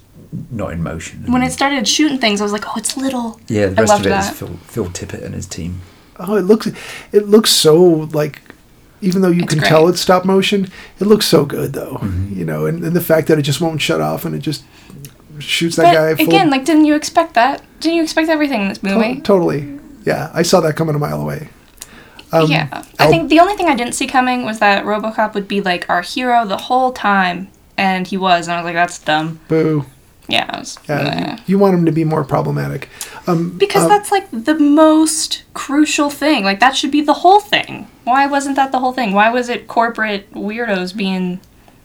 [SPEAKER 3] not in motion.
[SPEAKER 4] When it started shooting things, I was like, oh, it's little.
[SPEAKER 3] yeah, the
[SPEAKER 4] I
[SPEAKER 3] rest
[SPEAKER 4] loved
[SPEAKER 3] of it is
[SPEAKER 4] that.
[SPEAKER 3] Phil, Phil Tippett and his team.
[SPEAKER 2] Oh, it looks it looks so like even though you
[SPEAKER 4] It's
[SPEAKER 2] can
[SPEAKER 4] great.
[SPEAKER 2] tell it's stop motion, it looks so good though. You know, and, and the fact that it just won't shut off and it just shoots that
[SPEAKER 4] but
[SPEAKER 2] guy Oh, full
[SPEAKER 4] again, like, didn't you expect that? Didn't you expect everything in this
[SPEAKER 2] to-
[SPEAKER 4] movie?
[SPEAKER 2] totally. Yeah, I saw that coming a mile away.
[SPEAKER 4] yeah. I
[SPEAKER 2] um, I'll-
[SPEAKER 4] think the only thing I didn't see coming was that Robocop would be like our hero the whole time, and he was, and I was like, that's dumb.
[SPEAKER 2] Boo.
[SPEAKER 4] Yeah. I was,
[SPEAKER 2] Yeah,
[SPEAKER 4] meh.
[SPEAKER 2] you, you want him to be more problematic. Um,
[SPEAKER 4] Because
[SPEAKER 2] um,
[SPEAKER 4] that's like the most crucial thing. Like that should be the whole thing. Why wasn't that the whole thing? Why was it corporate weirdos being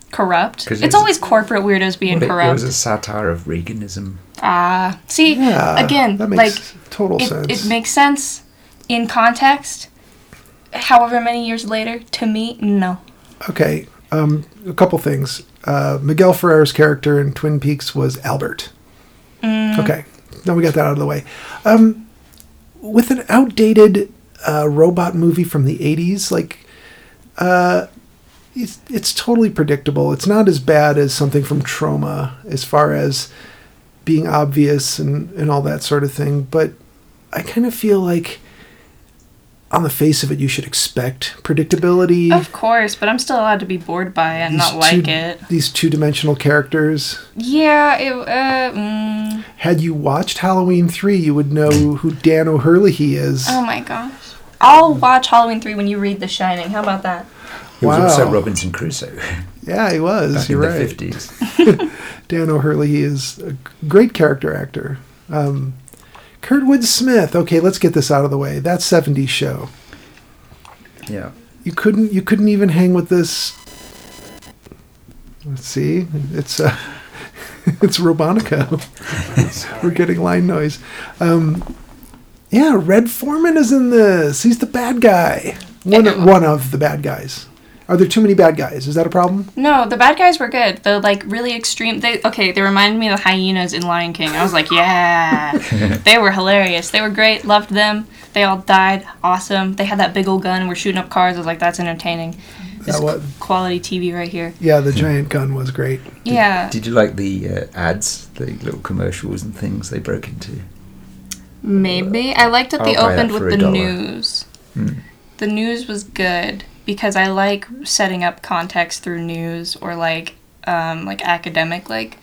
[SPEAKER 4] corrupt?
[SPEAKER 3] 'Cause
[SPEAKER 4] It's,
[SPEAKER 3] it was-
[SPEAKER 4] always corporate weirdos being
[SPEAKER 3] But it, it was a
[SPEAKER 4] corrupt.
[SPEAKER 3] satire of Reaganism.
[SPEAKER 4] Ah, see
[SPEAKER 2] yeah,
[SPEAKER 4] again,
[SPEAKER 2] that
[SPEAKER 4] like
[SPEAKER 2] makes total
[SPEAKER 4] it,
[SPEAKER 2] sense.
[SPEAKER 4] it makes sense in context. However many years later, to me, no.
[SPEAKER 2] okay, um, a couple things. Uh, Miguel Ferrer's character in Twin Peaks was Albert. Okay, now we got that out of the way. Um, with an outdated uh, robot movie from the 80s, like, uh, it's, it's totally predictable. It's not as bad as something from Trauma as far as being obvious and, and all that sort of thing, but I kind of feel like on the face of it, you should expect predictability.
[SPEAKER 4] Of course, but I'm still allowed to be bored by it and
[SPEAKER 2] These
[SPEAKER 4] not like
[SPEAKER 2] two-
[SPEAKER 4] it.
[SPEAKER 2] These two dimensional characters.
[SPEAKER 4] Yeah, it. Uh, mm,
[SPEAKER 2] Had you watched Halloween 3, you would know who Dan O'Hurley he is.
[SPEAKER 4] oh my gosh.
[SPEAKER 2] Um,
[SPEAKER 4] I'll watch Halloween 3 when you read The Shining. How about that?
[SPEAKER 3] He was
[SPEAKER 2] Wow.
[SPEAKER 3] also Robinson Crusoe
[SPEAKER 2] yeah, he was.
[SPEAKER 3] back in
[SPEAKER 2] you're
[SPEAKER 3] the
[SPEAKER 2] right.
[SPEAKER 3] 50s.
[SPEAKER 2] Dan O'Hurley he is a great character actor. Um, Kurtwood Smith. Okay, let's get this out of the way. That 70s show.
[SPEAKER 3] Yeah.
[SPEAKER 2] You couldn't you couldn't even hang with this Let's see. It's uh, it's Robonico. We're getting line noise. Um, yeah, Red Foreman is in this. He's the bad guy. One
[SPEAKER 4] Yeah.
[SPEAKER 2] one of the bad guys. Are there too many bad guys? Is that a problem?
[SPEAKER 4] No, the bad guys were good. The like really extreme. They okay. They reminded me of the hyenas in Lion King. I was like, yeah, they were hilarious. They were great. Loved them. They all died. Awesome. They had that big old gun. We're shooting up cars. I was like, that's entertaining. This
[SPEAKER 2] That was-
[SPEAKER 4] is quality TV right here.
[SPEAKER 2] Yeah, the giant gun was great.
[SPEAKER 4] Yeah.
[SPEAKER 3] Did you like the uh, ads, the little commercials and things they broke into?
[SPEAKER 4] Maybe. I liked that they
[SPEAKER 3] I'll buy that
[SPEAKER 4] opened with
[SPEAKER 3] for a
[SPEAKER 4] the
[SPEAKER 3] dollar. Hmm.
[SPEAKER 4] news. The news was good because I like setting up context through news or like um, like academic like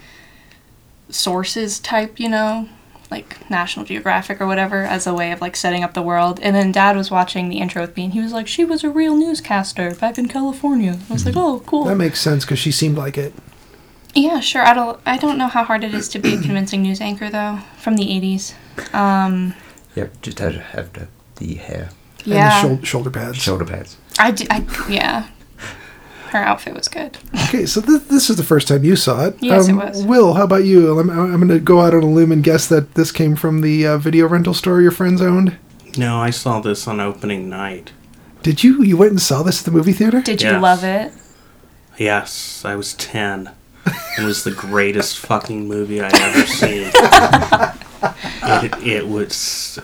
[SPEAKER 4] sources type, you know, like National Geographic or whatever as a way of like setting up the world. And then dad was watching the intro with me and he was like, "She was a real newscaster back in California." I was
[SPEAKER 3] Hmm.
[SPEAKER 4] like, "Oh, cool."
[SPEAKER 2] That makes sense because she seemed like it.
[SPEAKER 4] Yeah, sure. I don't. I don't know how hard it is to be a convincing news anchor though from the '80s. Um,
[SPEAKER 3] Yep, just had to have the, the hair,
[SPEAKER 4] yeah.
[SPEAKER 2] And the shou- shoulder pads.
[SPEAKER 3] shoulder pads.
[SPEAKER 4] I, d- I- yeah. Her outfit was good.
[SPEAKER 2] Okay, so th- this is the first time you saw it. Um,
[SPEAKER 4] Yes, it was.
[SPEAKER 2] Will, how about you? I'm, I'm going to go out on a limb and guess that this came from the uh, video rental store your friends owned.
[SPEAKER 1] No, I saw this on opening night.
[SPEAKER 2] Did you? You went and saw this at the movie theater?
[SPEAKER 4] Did you
[SPEAKER 1] Yes.
[SPEAKER 4] love it?
[SPEAKER 1] Yes, I was 10. It was the greatest fucking movie I ever seen. it, it was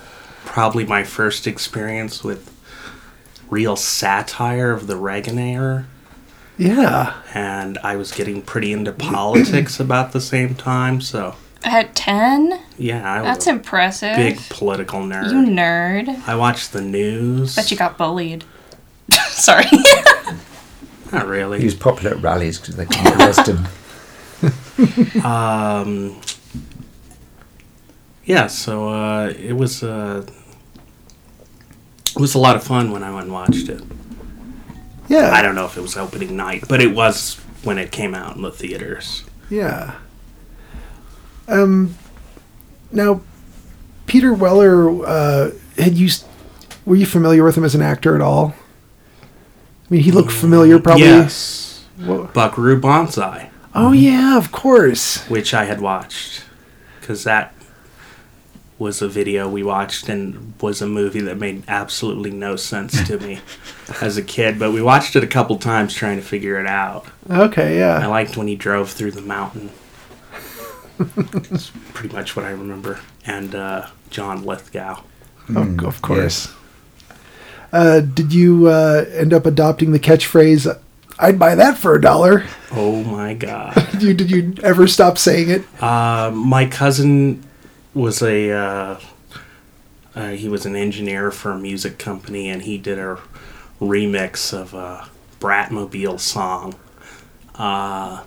[SPEAKER 1] probably my first experience with real satire of the Reagan era,
[SPEAKER 2] yeah.
[SPEAKER 1] and I was getting pretty into politics about the same time, so
[SPEAKER 4] At 10?
[SPEAKER 1] yeah, I was
[SPEAKER 4] That's
[SPEAKER 1] a
[SPEAKER 4] impressive.
[SPEAKER 1] Oh. big political nerd.
[SPEAKER 4] You nerd.
[SPEAKER 1] I watched the news.
[SPEAKER 4] Bet you got bullied. Sorry.
[SPEAKER 1] Not
[SPEAKER 3] He
[SPEAKER 1] really.
[SPEAKER 3] was popular at rallies because they couldn't arrest him.
[SPEAKER 1] Um, yeah, so uh, it was uh, it was a lot of fun when I went and watched it.
[SPEAKER 2] Yeah.
[SPEAKER 1] I don't know if it was opening night, but it was when it came out in the theaters.
[SPEAKER 2] Yeah. Um, now, Peter Weller, uh, had you, s- were you familiar with him as an actor at all? I mean, he looked familiar, probably.
[SPEAKER 1] Mm, Yes,
[SPEAKER 2] Wha-
[SPEAKER 1] Buckaroo Banzai,
[SPEAKER 2] Oh yeah, of course.
[SPEAKER 1] which I had watched, because that was a video we watched and was a movie that made absolutely no sense to me as a kid. But we watched it a couple times trying to figure it out.
[SPEAKER 2] Okay,
[SPEAKER 1] I
[SPEAKER 2] yeah.
[SPEAKER 1] liked when he drove through the mountain. That's pretty much what I remember. And uh, John Lithgow.
[SPEAKER 2] Of- of course. Uh, did you uh, end up adopting the catchphrase? I'd buy that for a dollar.
[SPEAKER 1] Oh my God.
[SPEAKER 2] Did you, did you ever stop saying it?
[SPEAKER 1] uh, my cousin was a. Uh, uh, he was an engineer for a music company, and he did a remix of a Bratmobile song. Uh,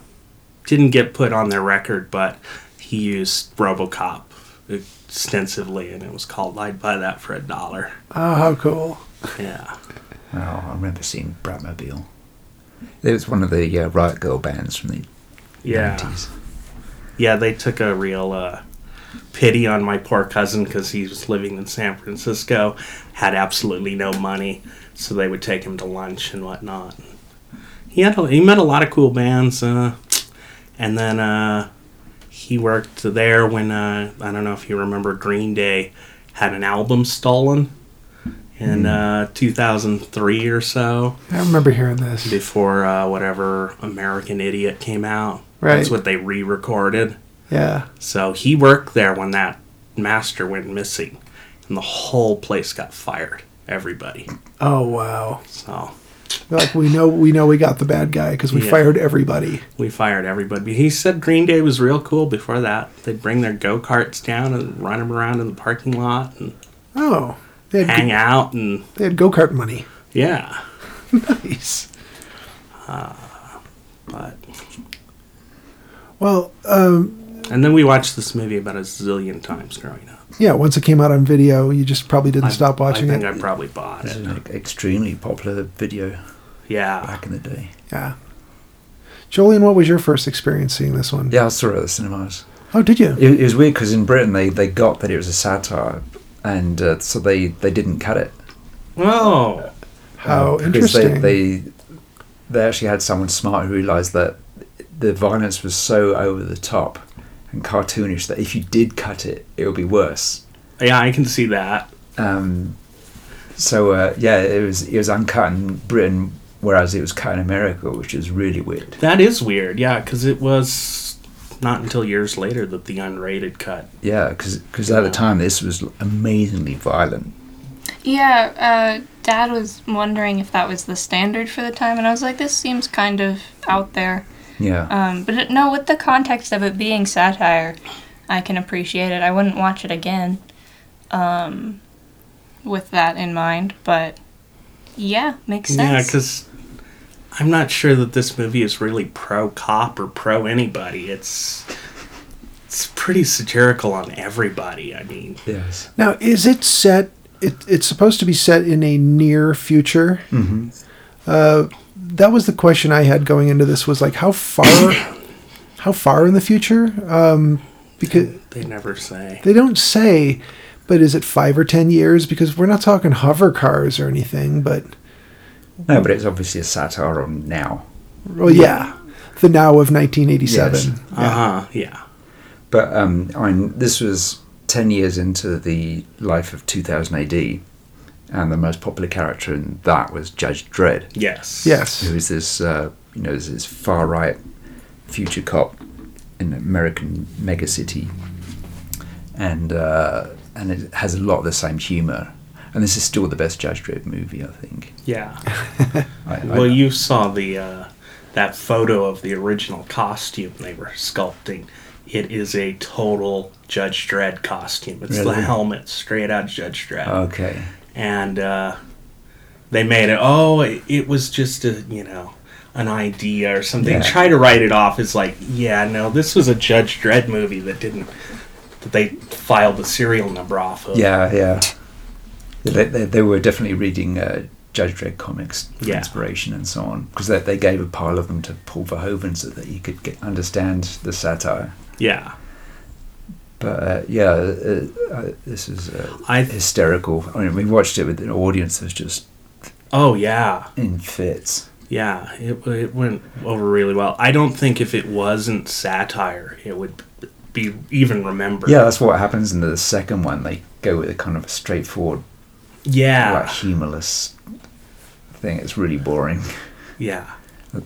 [SPEAKER 1] didn't get put on their record, but he used RoboCop extensively, and it was called "I'd Buy That for a Dollar."
[SPEAKER 2] Oh, how cool!
[SPEAKER 1] Yeah.
[SPEAKER 3] Oh, I remember seeing Bratmobile. It was one of the uh, Riot Girl bands from the
[SPEAKER 1] Yeah.
[SPEAKER 3] 90s.
[SPEAKER 1] Yeah, they took a real uh, pity on my poor cousin because he was living in San Francisco, had absolutely no money, so they would take him to lunch and whatnot. He had a, he met a lot of cool bands, uh, and then uh, he worked there when uh, I don't know if you remember Green Day had an album stolen in uh, 2003 or so
[SPEAKER 2] I remember hearing this.
[SPEAKER 1] before uh, whatever American Idiot came out.
[SPEAKER 2] Right.
[SPEAKER 1] That's what they re-recorded.
[SPEAKER 2] Yeah.
[SPEAKER 1] So he worked there when that master went missing, and the whole place got fired. Everybody.
[SPEAKER 2] Oh wow!
[SPEAKER 1] So
[SPEAKER 2] Like we know, we know we got the bad guy because we
[SPEAKER 1] Yeah.
[SPEAKER 2] fired everybody.
[SPEAKER 1] we fired everybody. He said Green Day was real cool before that. They'd bring their go karts down and run them around in the parking lot and
[SPEAKER 2] Oh, they had
[SPEAKER 1] hang out and
[SPEAKER 2] they had go kart money.
[SPEAKER 1] yeah.
[SPEAKER 2] Nice. Ah,
[SPEAKER 1] But
[SPEAKER 2] Well, um,
[SPEAKER 1] and then we watched this movie about a zillion times growing up.
[SPEAKER 2] yeah. Once it came out on video, you just probably didn't
[SPEAKER 1] I-
[SPEAKER 2] stop watching
[SPEAKER 1] I think
[SPEAKER 2] it.
[SPEAKER 1] I probably bought
[SPEAKER 3] This is
[SPEAKER 1] it.
[SPEAKER 3] an extremely popular video
[SPEAKER 1] Yeah.
[SPEAKER 3] back in the day.
[SPEAKER 2] yeah. Jolene, what was your first experience seeing this one?
[SPEAKER 3] Yeah, I saw it at the cinemas.
[SPEAKER 2] Oh, did you?
[SPEAKER 3] It, it was weird because in Britain they, they got that it was a satire, and uh, so they, they didn't cut it.
[SPEAKER 1] Oh.
[SPEAKER 2] How
[SPEAKER 3] because
[SPEAKER 2] interesting.
[SPEAKER 3] They, they they actually had someone smart who realised that the violence was so over the top and cartoonish that if you did cut it, it would be worse.
[SPEAKER 1] Yeah, I can see that.
[SPEAKER 3] Um, so uh, yeah, it was it was uncut in Britain, whereas it was cut in America, which is really weird.
[SPEAKER 1] That is weird. Yeah, cuz it was not until years later that the unrated cut.
[SPEAKER 3] Yeah, because at the time this was amazingly violent.
[SPEAKER 4] Yeah, uh, Dad was wondering if that was the standard for the time, and I was like, this seems kind of out there.
[SPEAKER 3] Yeah,
[SPEAKER 4] Um, but it, no, with the context of it being satire, I can appreciate it. I wouldn't watch it again um, with that in mind, but yeah, makes
[SPEAKER 1] Yeah,
[SPEAKER 4] sense.
[SPEAKER 1] cuz I'm not sure that this movie is really pro cop or pro anybody. It's it's pretty satirical on everybody. I mean,
[SPEAKER 3] yes,
[SPEAKER 2] Now, is it set? It, it's supposed to be set in a near future. Mm-hmm. Uh, that was the question I had going into this. Was like how far, how far in the future? Um, because
[SPEAKER 1] they never say.
[SPEAKER 2] they don't say, but is it five or ten years? Because we're not talking hover cars or anything. But
[SPEAKER 3] no, but it's obviously a satire on now.
[SPEAKER 2] well, yeah, the now of 1987.
[SPEAKER 3] Yes.
[SPEAKER 1] Uh-huh. Yeah.
[SPEAKER 3] But um, I mean, this was 10 years into the life of 2000 AD, and the most popular character in that was Judge Dredd,
[SPEAKER 1] Yes.
[SPEAKER 2] Yes.
[SPEAKER 3] who is this, uh, you know, this far right future cop in an American megacity. And, uh, and it has a lot of the same humour. And this is still the best Judge Dredd movie, I think.
[SPEAKER 1] Yeah.
[SPEAKER 3] I, I-
[SPEAKER 1] Well, you saw the uh, that photo of the original costume they were sculpting. It is a total Judge Dredd costume. It's the
[SPEAKER 3] Really?
[SPEAKER 1] helmet straight out Judge Dredd,
[SPEAKER 3] Okay.
[SPEAKER 1] and uh, they made it. Oh, it, it was just a you know an idea or something.
[SPEAKER 3] Yeah.
[SPEAKER 1] Try to write it off as like, yeah, no, this was a Judge Dredd movie that didn't that they filed the serial number off of.
[SPEAKER 3] Yeah, yeah. They, they, they were definitely reading uh, Judge Dredd comics for
[SPEAKER 1] Yeah.
[SPEAKER 3] inspiration and so on, because they, they gave a pile of them to Paul Verhoeven so that he could get, understand the satire.
[SPEAKER 1] yeah.
[SPEAKER 3] But uh, yeah, uh, uh, this is uh,
[SPEAKER 1] I
[SPEAKER 3] hysterical. I mean, we watched it with an audience that was just
[SPEAKER 1] oh yeah.
[SPEAKER 3] in fits.
[SPEAKER 1] Yeah, it, it went over really well. I don't think if it wasn't satire, it would be even remembered.
[SPEAKER 3] Yeah, that's what happens in the second one. They go with a kind of a straightforward,
[SPEAKER 1] Yeah.
[SPEAKER 3] like humorless thing. It's really boring.
[SPEAKER 1] Yeah.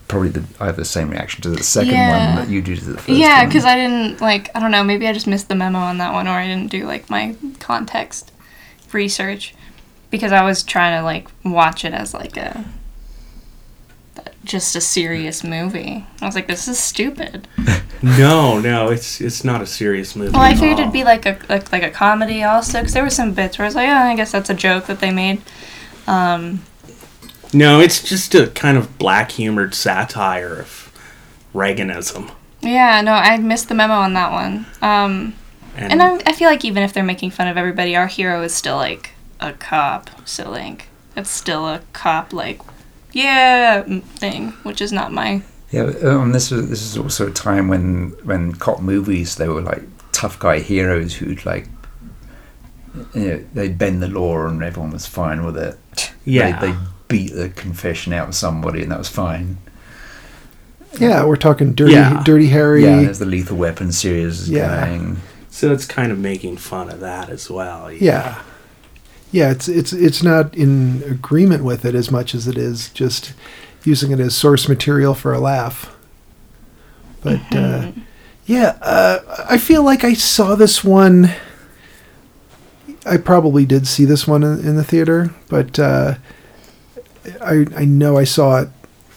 [SPEAKER 3] Probably the, I have the same reaction to the second
[SPEAKER 4] Yeah.
[SPEAKER 3] one that you do to the first
[SPEAKER 4] Yeah,
[SPEAKER 3] one.
[SPEAKER 4] because I didn't, like, I don't know, maybe I just missed the memo on that one, or I didn't do, like, my context research, because I was trying to, like, watch it as, like, a. Just a serious movie. I was like, "This is stupid."
[SPEAKER 1] No, no, it's it's not a serious movie.
[SPEAKER 4] Well, I
[SPEAKER 1] at
[SPEAKER 4] figured
[SPEAKER 1] all.
[SPEAKER 4] it'd be like a like, like a comedy also, because there were some bits where I was like, "Oh, I guess that's a joke that they made." Um,
[SPEAKER 1] No, it's just a kind of black humored satire of Reaganism.
[SPEAKER 4] yeah, no, I missed the memo on that one. Um,
[SPEAKER 1] And,
[SPEAKER 4] and I, I feel like even if they're making fun of everybody, our hero is still like a cop, so like it's still a cop like yeah mm, thing, which is not my
[SPEAKER 3] Yeah, um, this was this is also a time when when cop movies they were like tough guy heroes who'd like you know, they bend the law and everyone was fine with it.
[SPEAKER 1] yeah.
[SPEAKER 3] they, they beat the confession out of somebody and that was fine.
[SPEAKER 2] Yeah, we're talking dirty,
[SPEAKER 1] Yeah.
[SPEAKER 2] dirty Harry.
[SPEAKER 3] Yeah, there's the Lethal Weapon series
[SPEAKER 2] Yeah.
[SPEAKER 3] going.
[SPEAKER 1] so it's kind of making fun of that as well.
[SPEAKER 2] Yeah. Yeah, it's it's it's not in agreement with it as much as it is just using it as source material for a laugh. But uh, yeah, uh, I feel like I saw this one I probably did see this one in, in the theater, but uh, I I know I saw it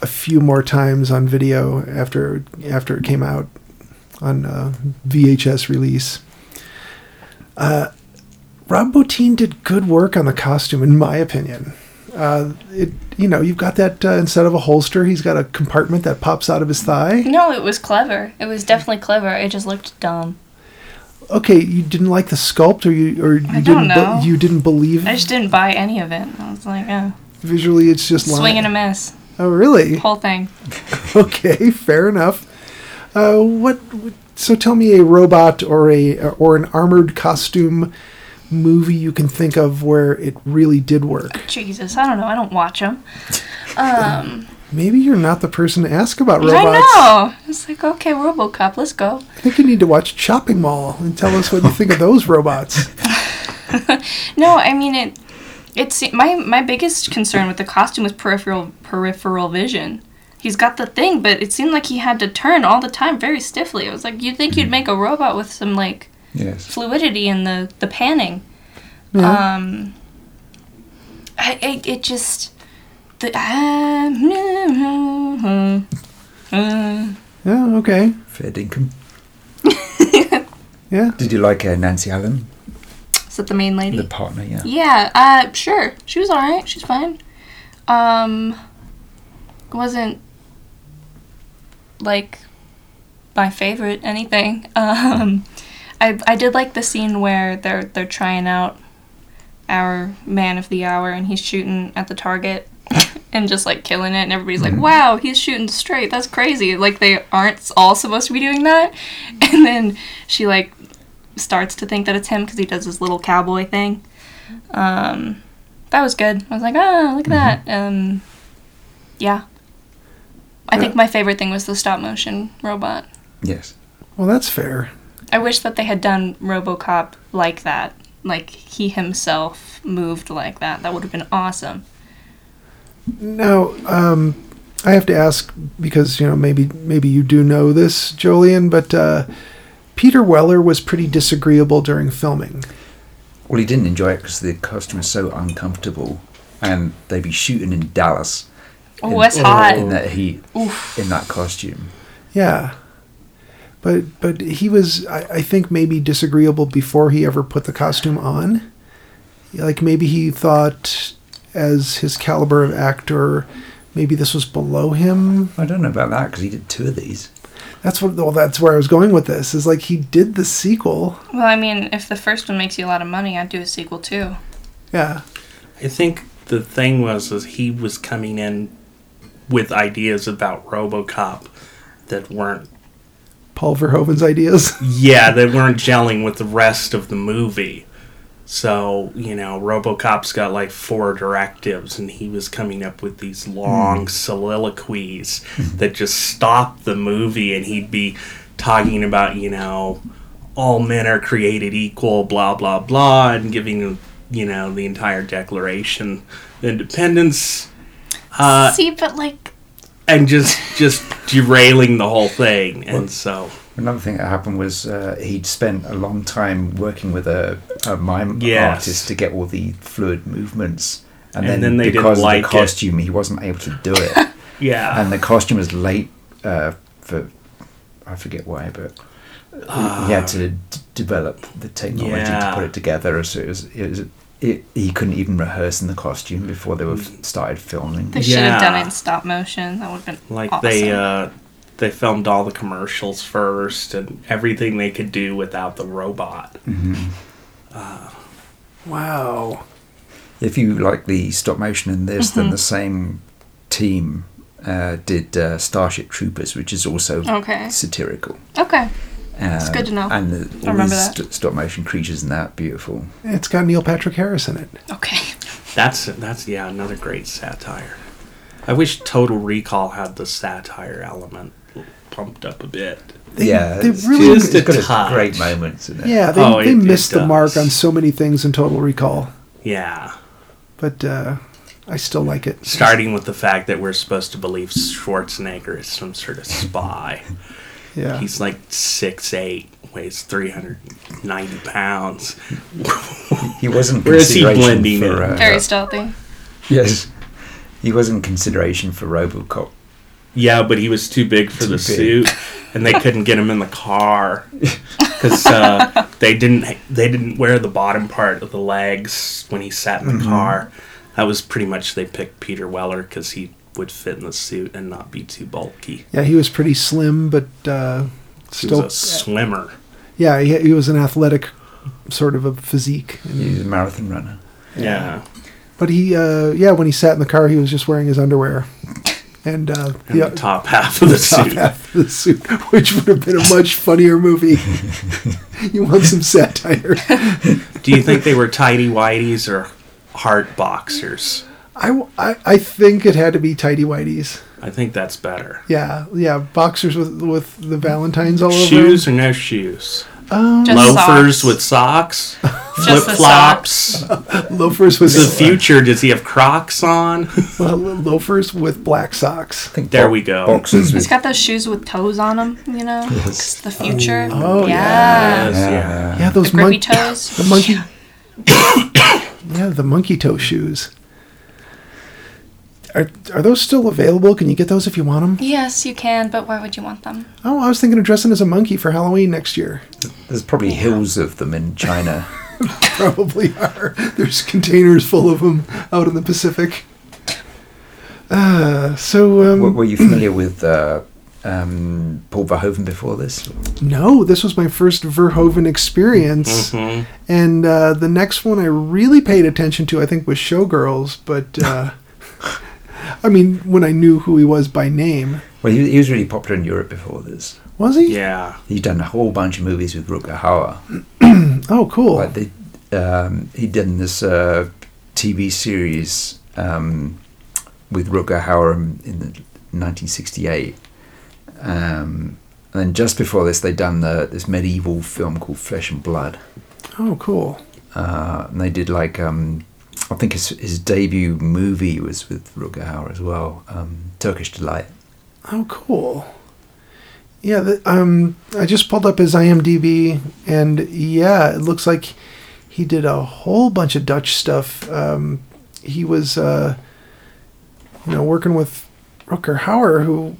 [SPEAKER 2] a few more times on video after after it came out on uh, VHS release. Uh, Rob Bottin did good work on the costume, in my opinion. Uh, it you know you've got that uh, instead of a holster, he's got a compartment that pops out of his thigh.
[SPEAKER 4] No, it was clever. It was definitely clever. It just looked dumb.
[SPEAKER 2] Okay, you didn't like the sculpt, or you or you
[SPEAKER 4] I
[SPEAKER 2] didn't
[SPEAKER 4] don't
[SPEAKER 2] be-
[SPEAKER 4] know.
[SPEAKER 2] you didn't believe
[SPEAKER 4] I just didn't buy any of it. I was like, oh,
[SPEAKER 2] visually it's just
[SPEAKER 4] swing and a
[SPEAKER 2] lying.
[SPEAKER 4] miss.
[SPEAKER 2] Oh really?
[SPEAKER 4] Whole thing.
[SPEAKER 2] okay, fair enough. Uh, what? So tell me a robot or a or an armored costume movie you can think of where it really did work.
[SPEAKER 4] Jesus, I don't know. I don't watch them. Um,
[SPEAKER 2] Maybe you're not the person to ask about robots.
[SPEAKER 4] I know. It's like, okay, RoboCop, let's go.
[SPEAKER 2] I think you need to watch Chopping Mall and tell us what you think of those robots.
[SPEAKER 4] No, I mean it. It's my my biggest concern with the costume was peripheral peripheral vision. He's got the thing, but it seemed like he had to turn all the time very stiffly. It was like you'd think you'd make a robot with some like
[SPEAKER 3] Yes.
[SPEAKER 4] fluidity in the the panning.
[SPEAKER 2] Yeah.
[SPEAKER 4] Um, I, I it just the ah, uh,
[SPEAKER 2] Yeah. Okay.
[SPEAKER 3] Fair dinkum.
[SPEAKER 2] Yeah.
[SPEAKER 3] Did you like uh, Nancy Allen,
[SPEAKER 4] is that the main lady?
[SPEAKER 3] the partner? Yeah.
[SPEAKER 4] Yeah, uh, sure. She was alright. She's fine. Um, wasn't like my favorite anything. Um, I I did like the scene where they're they're trying out our man of the hour and he's shooting at the target and just like killing it and everybody's like wow he's shooting straight that's crazy like they aren't all supposed to be doing that and then she like starts to think that it's him because he does his little cowboy thing um, that was good. I was like, oh, look at that.
[SPEAKER 1] Mm-hmm.
[SPEAKER 4] Um, yeah. I
[SPEAKER 1] Uh,
[SPEAKER 4] think my favorite thing was the stop motion robot.
[SPEAKER 3] Yes.
[SPEAKER 2] Well, that's fair.
[SPEAKER 4] I wish that they had done RoboCop like that. Like he himself moved like that. That would have been awesome.
[SPEAKER 2] Now, um, I have to ask because you know maybe maybe you do know this, Jolien, but uh, Peter Weller was pretty disagreeable during filming.
[SPEAKER 3] Well, he didn't enjoy it because the costume was so uncomfortable, and they'd be shooting in Dallas
[SPEAKER 4] Oh,
[SPEAKER 3] In-
[SPEAKER 4] that's hot.
[SPEAKER 3] in that heat, in that costume.
[SPEAKER 2] Yeah, but but he was I, I think maybe disagreeable before he ever put the costume on. Like maybe he thought, as his caliber of actor, maybe this was below him.
[SPEAKER 3] I don't know about that because he did two of these.
[SPEAKER 2] That's what. Well, that's where I was going with this. Is like he did the sequel.
[SPEAKER 4] Well, I mean, if the first one makes you a lot of money, I'd do a sequel too.
[SPEAKER 2] Yeah.
[SPEAKER 1] I think the thing was is he was coming in with ideas about RoboCop that weren't
[SPEAKER 2] Paul Verhoeven's ideas.
[SPEAKER 1] yeah that weren't gelling with the rest of the movie. So you know, RoboCop's got like four directives, and he was coming up with these long soliloquies that just stopped the movie, and he'd be talking about you know all men are created equal, blah blah blah, and giving you know the entire Declaration of Independence. Uh,
[SPEAKER 4] See, but like,
[SPEAKER 1] and just just derailing the whole thing. And so
[SPEAKER 3] Another thing that happened was uh, he'd spent a long time working with a, a mime
[SPEAKER 1] Yes.
[SPEAKER 3] artist to get all the fluid movements, and,
[SPEAKER 1] And
[SPEAKER 3] then,
[SPEAKER 1] then they didn't
[SPEAKER 3] because
[SPEAKER 1] like it.
[SPEAKER 3] of the costume, he wasn't able to do it,
[SPEAKER 1] yeah,
[SPEAKER 3] and the costume was late uh, for I forget why, but he had to d- develop the technology
[SPEAKER 1] Ah. Yeah.
[SPEAKER 3] to put it together. So it was, it was it, he couldn't even rehearse in the costume before they were
[SPEAKER 1] Mm.
[SPEAKER 3] f- started filming.
[SPEAKER 4] they should have done
[SPEAKER 1] Yeah.
[SPEAKER 4] it in stop motion. That would have been
[SPEAKER 1] like
[SPEAKER 4] awesome.
[SPEAKER 1] they uh, they filmed all the commercials first and everything they could do without the robot.
[SPEAKER 2] Wow.
[SPEAKER 3] If you like the stop motion in this,
[SPEAKER 4] Mm-hmm.
[SPEAKER 3] then the same team uh, did uh, Starship Troopers, which is also
[SPEAKER 4] Okay.
[SPEAKER 3] satirical.
[SPEAKER 1] uh,
[SPEAKER 4] Okay.
[SPEAKER 3] It's
[SPEAKER 4] good to know.
[SPEAKER 3] And the, all
[SPEAKER 4] remember
[SPEAKER 3] these
[SPEAKER 4] that.
[SPEAKER 3] st- stop motion creatures and that beautiful.
[SPEAKER 2] It's got Neil Patrick Harris in it.
[SPEAKER 4] Okay.
[SPEAKER 1] That's that's yeah another great satire. I wish Total Recall had the satire element pumped up a bit.
[SPEAKER 2] They,
[SPEAKER 3] yeah,
[SPEAKER 2] they
[SPEAKER 3] it's
[SPEAKER 2] really.
[SPEAKER 1] just-
[SPEAKER 3] it's got its
[SPEAKER 1] touch.
[SPEAKER 3] great moments in it.
[SPEAKER 2] yeah, they,
[SPEAKER 1] Oh,
[SPEAKER 2] they
[SPEAKER 1] it- it
[SPEAKER 2] missed the
[SPEAKER 1] does.
[SPEAKER 2] mark on so many things in Total Recall,
[SPEAKER 1] Yeah,
[SPEAKER 2] but uh, I still like it.
[SPEAKER 1] starting with the fact that we're supposed to believe Schwarzenegger is some sort of spy.
[SPEAKER 2] Yeah.
[SPEAKER 1] He's like six eight, weighs three hundred ninety pounds.
[SPEAKER 3] He wasn't
[SPEAKER 1] Where is he
[SPEAKER 3] consideration
[SPEAKER 1] blending
[SPEAKER 3] for
[SPEAKER 1] in?
[SPEAKER 3] uh,
[SPEAKER 4] Very stealthy.
[SPEAKER 3] yes. He wasn't consideration for RoboCop.
[SPEAKER 1] Yeah, but he was too big for the
[SPEAKER 3] Too big.
[SPEAKER 1] suit, and they couldn't get him in the car because uh, they didn't they didn't wear the bottom part of the legs when he sat in the car. That was pretty much they picked Peter Weller because he would fit in the suit and not be too bulky.
[SPEAKER 2] Yeah, he was pretty slim, but uh,
[SPEAKER 1] He was
[SPEAKER 2] still,
[SPEAKER 1] a swimmer.
[SPEAKER 2] yeah, he, he was an athletic sort of a physique. And,
[SPEAKER 3] He's a marathon runner.
[SPEAKER 1] Yeah,
[SPEAKER 2] but he, uh, yeah, when he sat in the car, he was just wearing his underwear and uh,
[SPEAKER 1] and
[SPEAKER 2] the,
[SPEAKER 1] the top half of the
[SPEAKER 2] top
[SPEAKER 1] suit.
[SPEAKER 2] half of the suit, which would have been a much funnier movie. you want some satire?
[SPEAKER 1] Do you think they were tidy whities or heart boxers?
[SPEAKER 2] I, w- I- I think it had to be tidy whities.
[SPEAKER 1] I think that's better.
[SPEAKER 2] Yeah, yeah, boxers with with the Valentines all over. 'em.
[SPEAKER 1] Shoes or no shoes?
[SPEAKER 4] Just
[SPEAKER 1] Loafers
[SPEAKER 4] socks.
[SPEAKER 1] with socks, flip
[SPEAKER 4] Just the
[SPEAKER 1] flops.
[SPEAKER 2] loafers with
[SPEAKER 1] the future. Does he have Crocs on?
[SPEAKER 2] Lo- lo- loafers with black socks.
[SPEAKER 3] I think
[SPEAKER 1] There we go.
[SPEAKER 3] Boxers
[SPEAKER 4] He's
[SPEAKER 3] with
[SPEAKER 4] got those shoes with toes on them, you know. It's the future.
[SPEAKER 2] Oh, oh,
[SPEAKER 4] yeah.
[SPEAKER 3] uh,
[SPEAKER 1] Yes, yeah.
[SPEAKER 2] Yeah, those
[SPEAKER 4] Grippy
[SPEAKER 2] monkey
[SPEAKER 4] toes.
[SPEAKER 2] the monkey. yeah, the monkey toe shoes. Are, are those still available? Can you get those if you want them?
[SPEAKER 4] Yes, you can, but why would you want them?
[SPEAKER 2] Oh, I was thinking of dressing as a monkey for Halloween next year.
[SPEAKER 3] There's probably hills of them in China.
[SPEAKER 2] Probably are. There's containers full of them out in the Pacific. Uh, so, um,
[SPEAKER 3] were, were you familiar with uh, um, Paul Verhoeven before this?
[SPEAKER 2] no, this was my first Verhoeven experience. And uh, the next one I really paid attention to, I think, was Showgirls. But, uh, I mean, when I knew who he was by name.
[SPEAKER 3] Well, he, he was really popular in Europe before this.
[SPEAKER 2] Was he?
[SPEAKER 1] Yeah.
[SPEAKER 3] He'd done a whole bunch of movies with Rutger Hauer.
[SPEAKER 2] Oh, cool.
[SPEAKER 3] Like they, um, he'd done this uh, TV series um, with Rutger Hauer in, in the 1968. Um, and then just before this, they'd done the, this medieval film called Flesh and Blood.
[SPEAKER 2] Oh, cool.
[SPEAKER 3] uh, and they did like um, I think his, his debut movie was with Rutger Hauer as well, um, Turkish Delight.
[SPEAKER 2] Oh, cool. Yeah, the, um, I just pulled up his IMDb, and yeah, it looks like he did a whole bunch of Dutch stuff. Um, he was, uh, you know, working with Rucker Hauer, who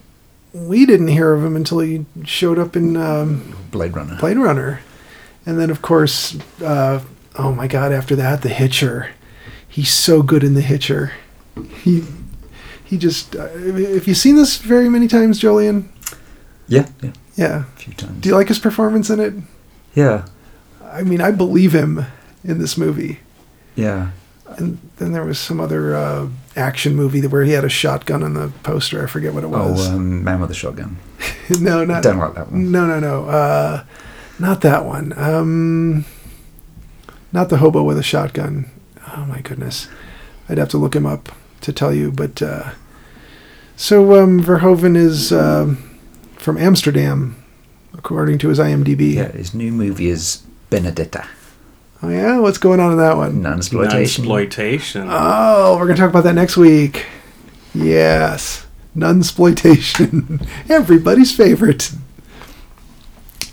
[SPEAKER 2] we didn't hear of him until he showed up in um,
[SPEAKER 3] Blade Runner.
[SPEAKER 2] Blade Runner, and then of course, uh, oh my God! After that, The Hitcher. He's so good in The Hitcher. He he just. Uh, have you seen this very many times, Jolien?
[SPEAKER 3] Yeah, yeah,
[SPEAKER 2] Yeah.
[SPEAKER 3] a few times.
[SPEAKER 2] Do you like his performance in it?
[SPEAKER 3] yeah,
[SPEAKER 2] I mean, I believe him in this movie.
[SPEAKER 3] yeah.
[SPEAKER 2] And then there was some other uh, action movie that- where he had a shotgun on the poster. I forget what it was.
[SPEAKER 3] Oh, um, Man with a Shotgun.
[SPEAKER 2] no, not
[SPEAKER 3] Don't like that one.
[SPEAKER 2] no, no, no. Uh, not that one. Um, not the hobo with a shotgun. Oh my goodness, I'd have to look him up to tell you. But uh, so um, Verhoeven is um from Amsterdam, according to his IMDb.
[SPEAKER 3] Yeah, his new movie is Benedetta.
[SPEAKER 2] Oh yeah, what's going on in that one?
[SPEAKER 3] Non exploitation.
[SPEAKER 1] Exploitation.
[SPEAKER 2] Oh, we're gonna talk about that next week. Yes, nunsploitation, everybody's favorite.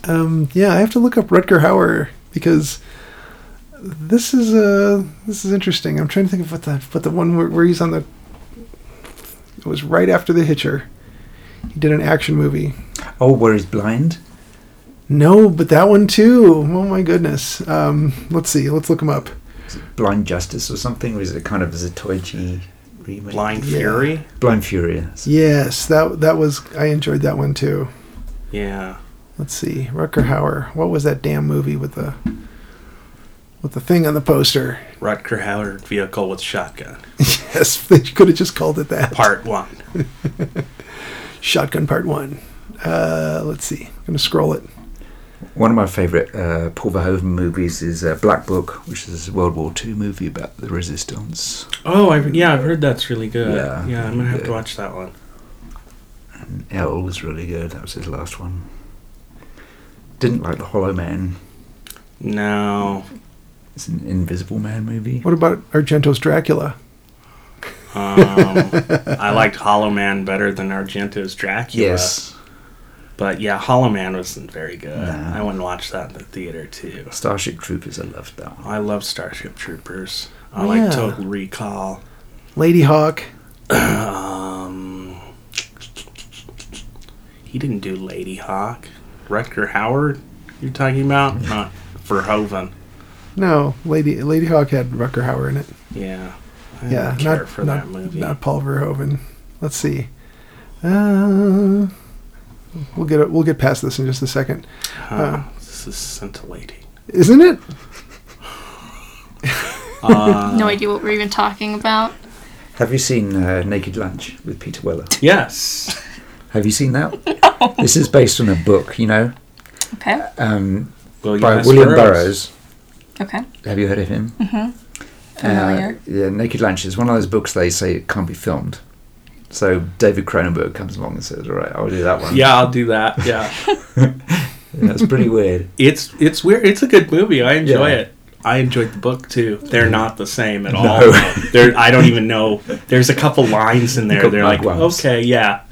[SPEAKER 2] Um, yeah, I have to look up Rutger Hauer because this is uh, this is interesting. I'm trying to think of what the what the one where, where he's on the. It was right after The Hitcher. He did an action movie.
[SPEAKER 3] Oh, where he's blind?
[SPEAKER 2] No, but that one too. Oh my goodness. Um, let's see. Let's look him up.
[SPEAKER 3] Blind Justice or something? Or is it kind of a Zatoichi remake?
[SPEAKER 1] Blind
[SPEAKER 2] Yeah.
[SPEAKER 1] Fury.
[SPEAKER 3] Blind Fury. yes.
[SPEAKER 2] Yes, that that was. I enjoyed that one too.
[SPEAKER 1] Yeah.
[SPEAKER 2] Let's see, Rutger Hauer. What was that damn movie with the with the thing on the poster?
[SPEAKER 1] Rutger Hauer vehicle with shotgun.
[SPEAKER 2] Yes, they could have just called it that.
[SPEAKER 1] Part one.
[SPEAKER 2] Shotgun Part One. Uh, let's see. I'm gonna scroll it.
[SPEAKER 3] One of my favourite uh, Paul Verhoeven movies is uh, Black Book, which is a World War II movie about the resistance.
[SPEAKER 1] Oh, I, yeah, I've heard that's really good.
[SPEAKER 3] Yeah.
[SPEAKER 1] Yeah, I'm gonna have to
[SPEAKER 3] Yeah.
[SPEAKER 1] watch that one.
[SPEAKER 3] L was really good. That was his last one. Didn't like the Hollow Man.
[SPEAKER 1] No,
[SPEAKER 3] It's an Invisible Man movie.
[SPEAKER 2] What about Argento's Dracula?
[SPEAKER 1] um, I liked Hollow Man better than Argento's Dracula.
[SPEAKER 3] Yes.
[SPEAKER 1] But yeah, Hollow Man wasn't very good.
[SPEAKER 3] No.
[SPEAKER 1] I went and watched that in the theater too.
[SPEAKER 3] Starship Troopers, I loved that one.
[SPEAKER 1] I love Starship Troopers. I
[SPEAKER 2] Oh,
[SPEAKER 1] like
[SPEAKER 2] yeah.
[SPEAKER 1] Total Recall.
[SPEAKER 2] Lady Hawk.
[SPEAKER 1] Um, he didn't do Lady Hawk. Rutger Howard, you're talking about? Not Verhoeven.
[SPEAKER 2] No, Lady Lady Hawk had Rucker Hauer in it.
[SPEAKER 1] Yeah. I
[SPEAKER 2] yeah,
[SPEAKER 1] don't
[SPEAKER 2] not
[SPEAKER 1] care for
[SPEAKER 2] not,
[SPEAKER 1] that movie.
[SPEAKER 2] not Paul Verhoeven. Let's see. Uh, we'll get we'll get past this in just a second,
[SPEAKER 1] Huh,
[SPEAKER 2] uh,
[SPEAKER 1] this is scintillating.
[SPEAKER 2] isn't it?
[SPEAKER 4] no idea what we're even talking about.
[SPEAKER 3] Have you seen uh, Naked Lunch with Peter Weller?
[SPEAKER 1] Yes.
[SPEAKER 3] Have you seen that? This is based on a book, you know,
[SPEAKER 4] Okay.
[SPEAKER 3] um,
[SPEAKER 1] William
[SPEAKER 3] by
[SPEAKER 1] S.
[SPEAKER 3] William
[SPEAKER 1] Burroughs.
[SPEAKER 3] Burroughs.
[SPEAKER 4] Okay.
[SPEAKER 3] Have you heard of him?
[SPEAKER 4] Familiar.
[SPEAKER 3] Uh, yeah, Naked Lunch is one of those books they say it can't be filmed. So David Cronenberg comes along and says, "All right, I'll do that one."
[SPEAKER 1] Yeah, I'll do that. Yeah.
[SPEAKER 3] that's pretty weird.
[SPEAKER 1] it's it's weird. It's a good movie. I enjoy
[SPEAKER 3] Yeah.
[SPEAKER 1] it. I enjoyed the book too. They're not the same at all.
[SPEAKER 3] No.
[SPEAKER 1] They're, I don't even know. There's a couple lines in there.
[SPEAKER 3] Couple
[SPEAKER 1] They're like,
[SPEAKER 3] ones.
[SPEAKER 1] okay, yeah.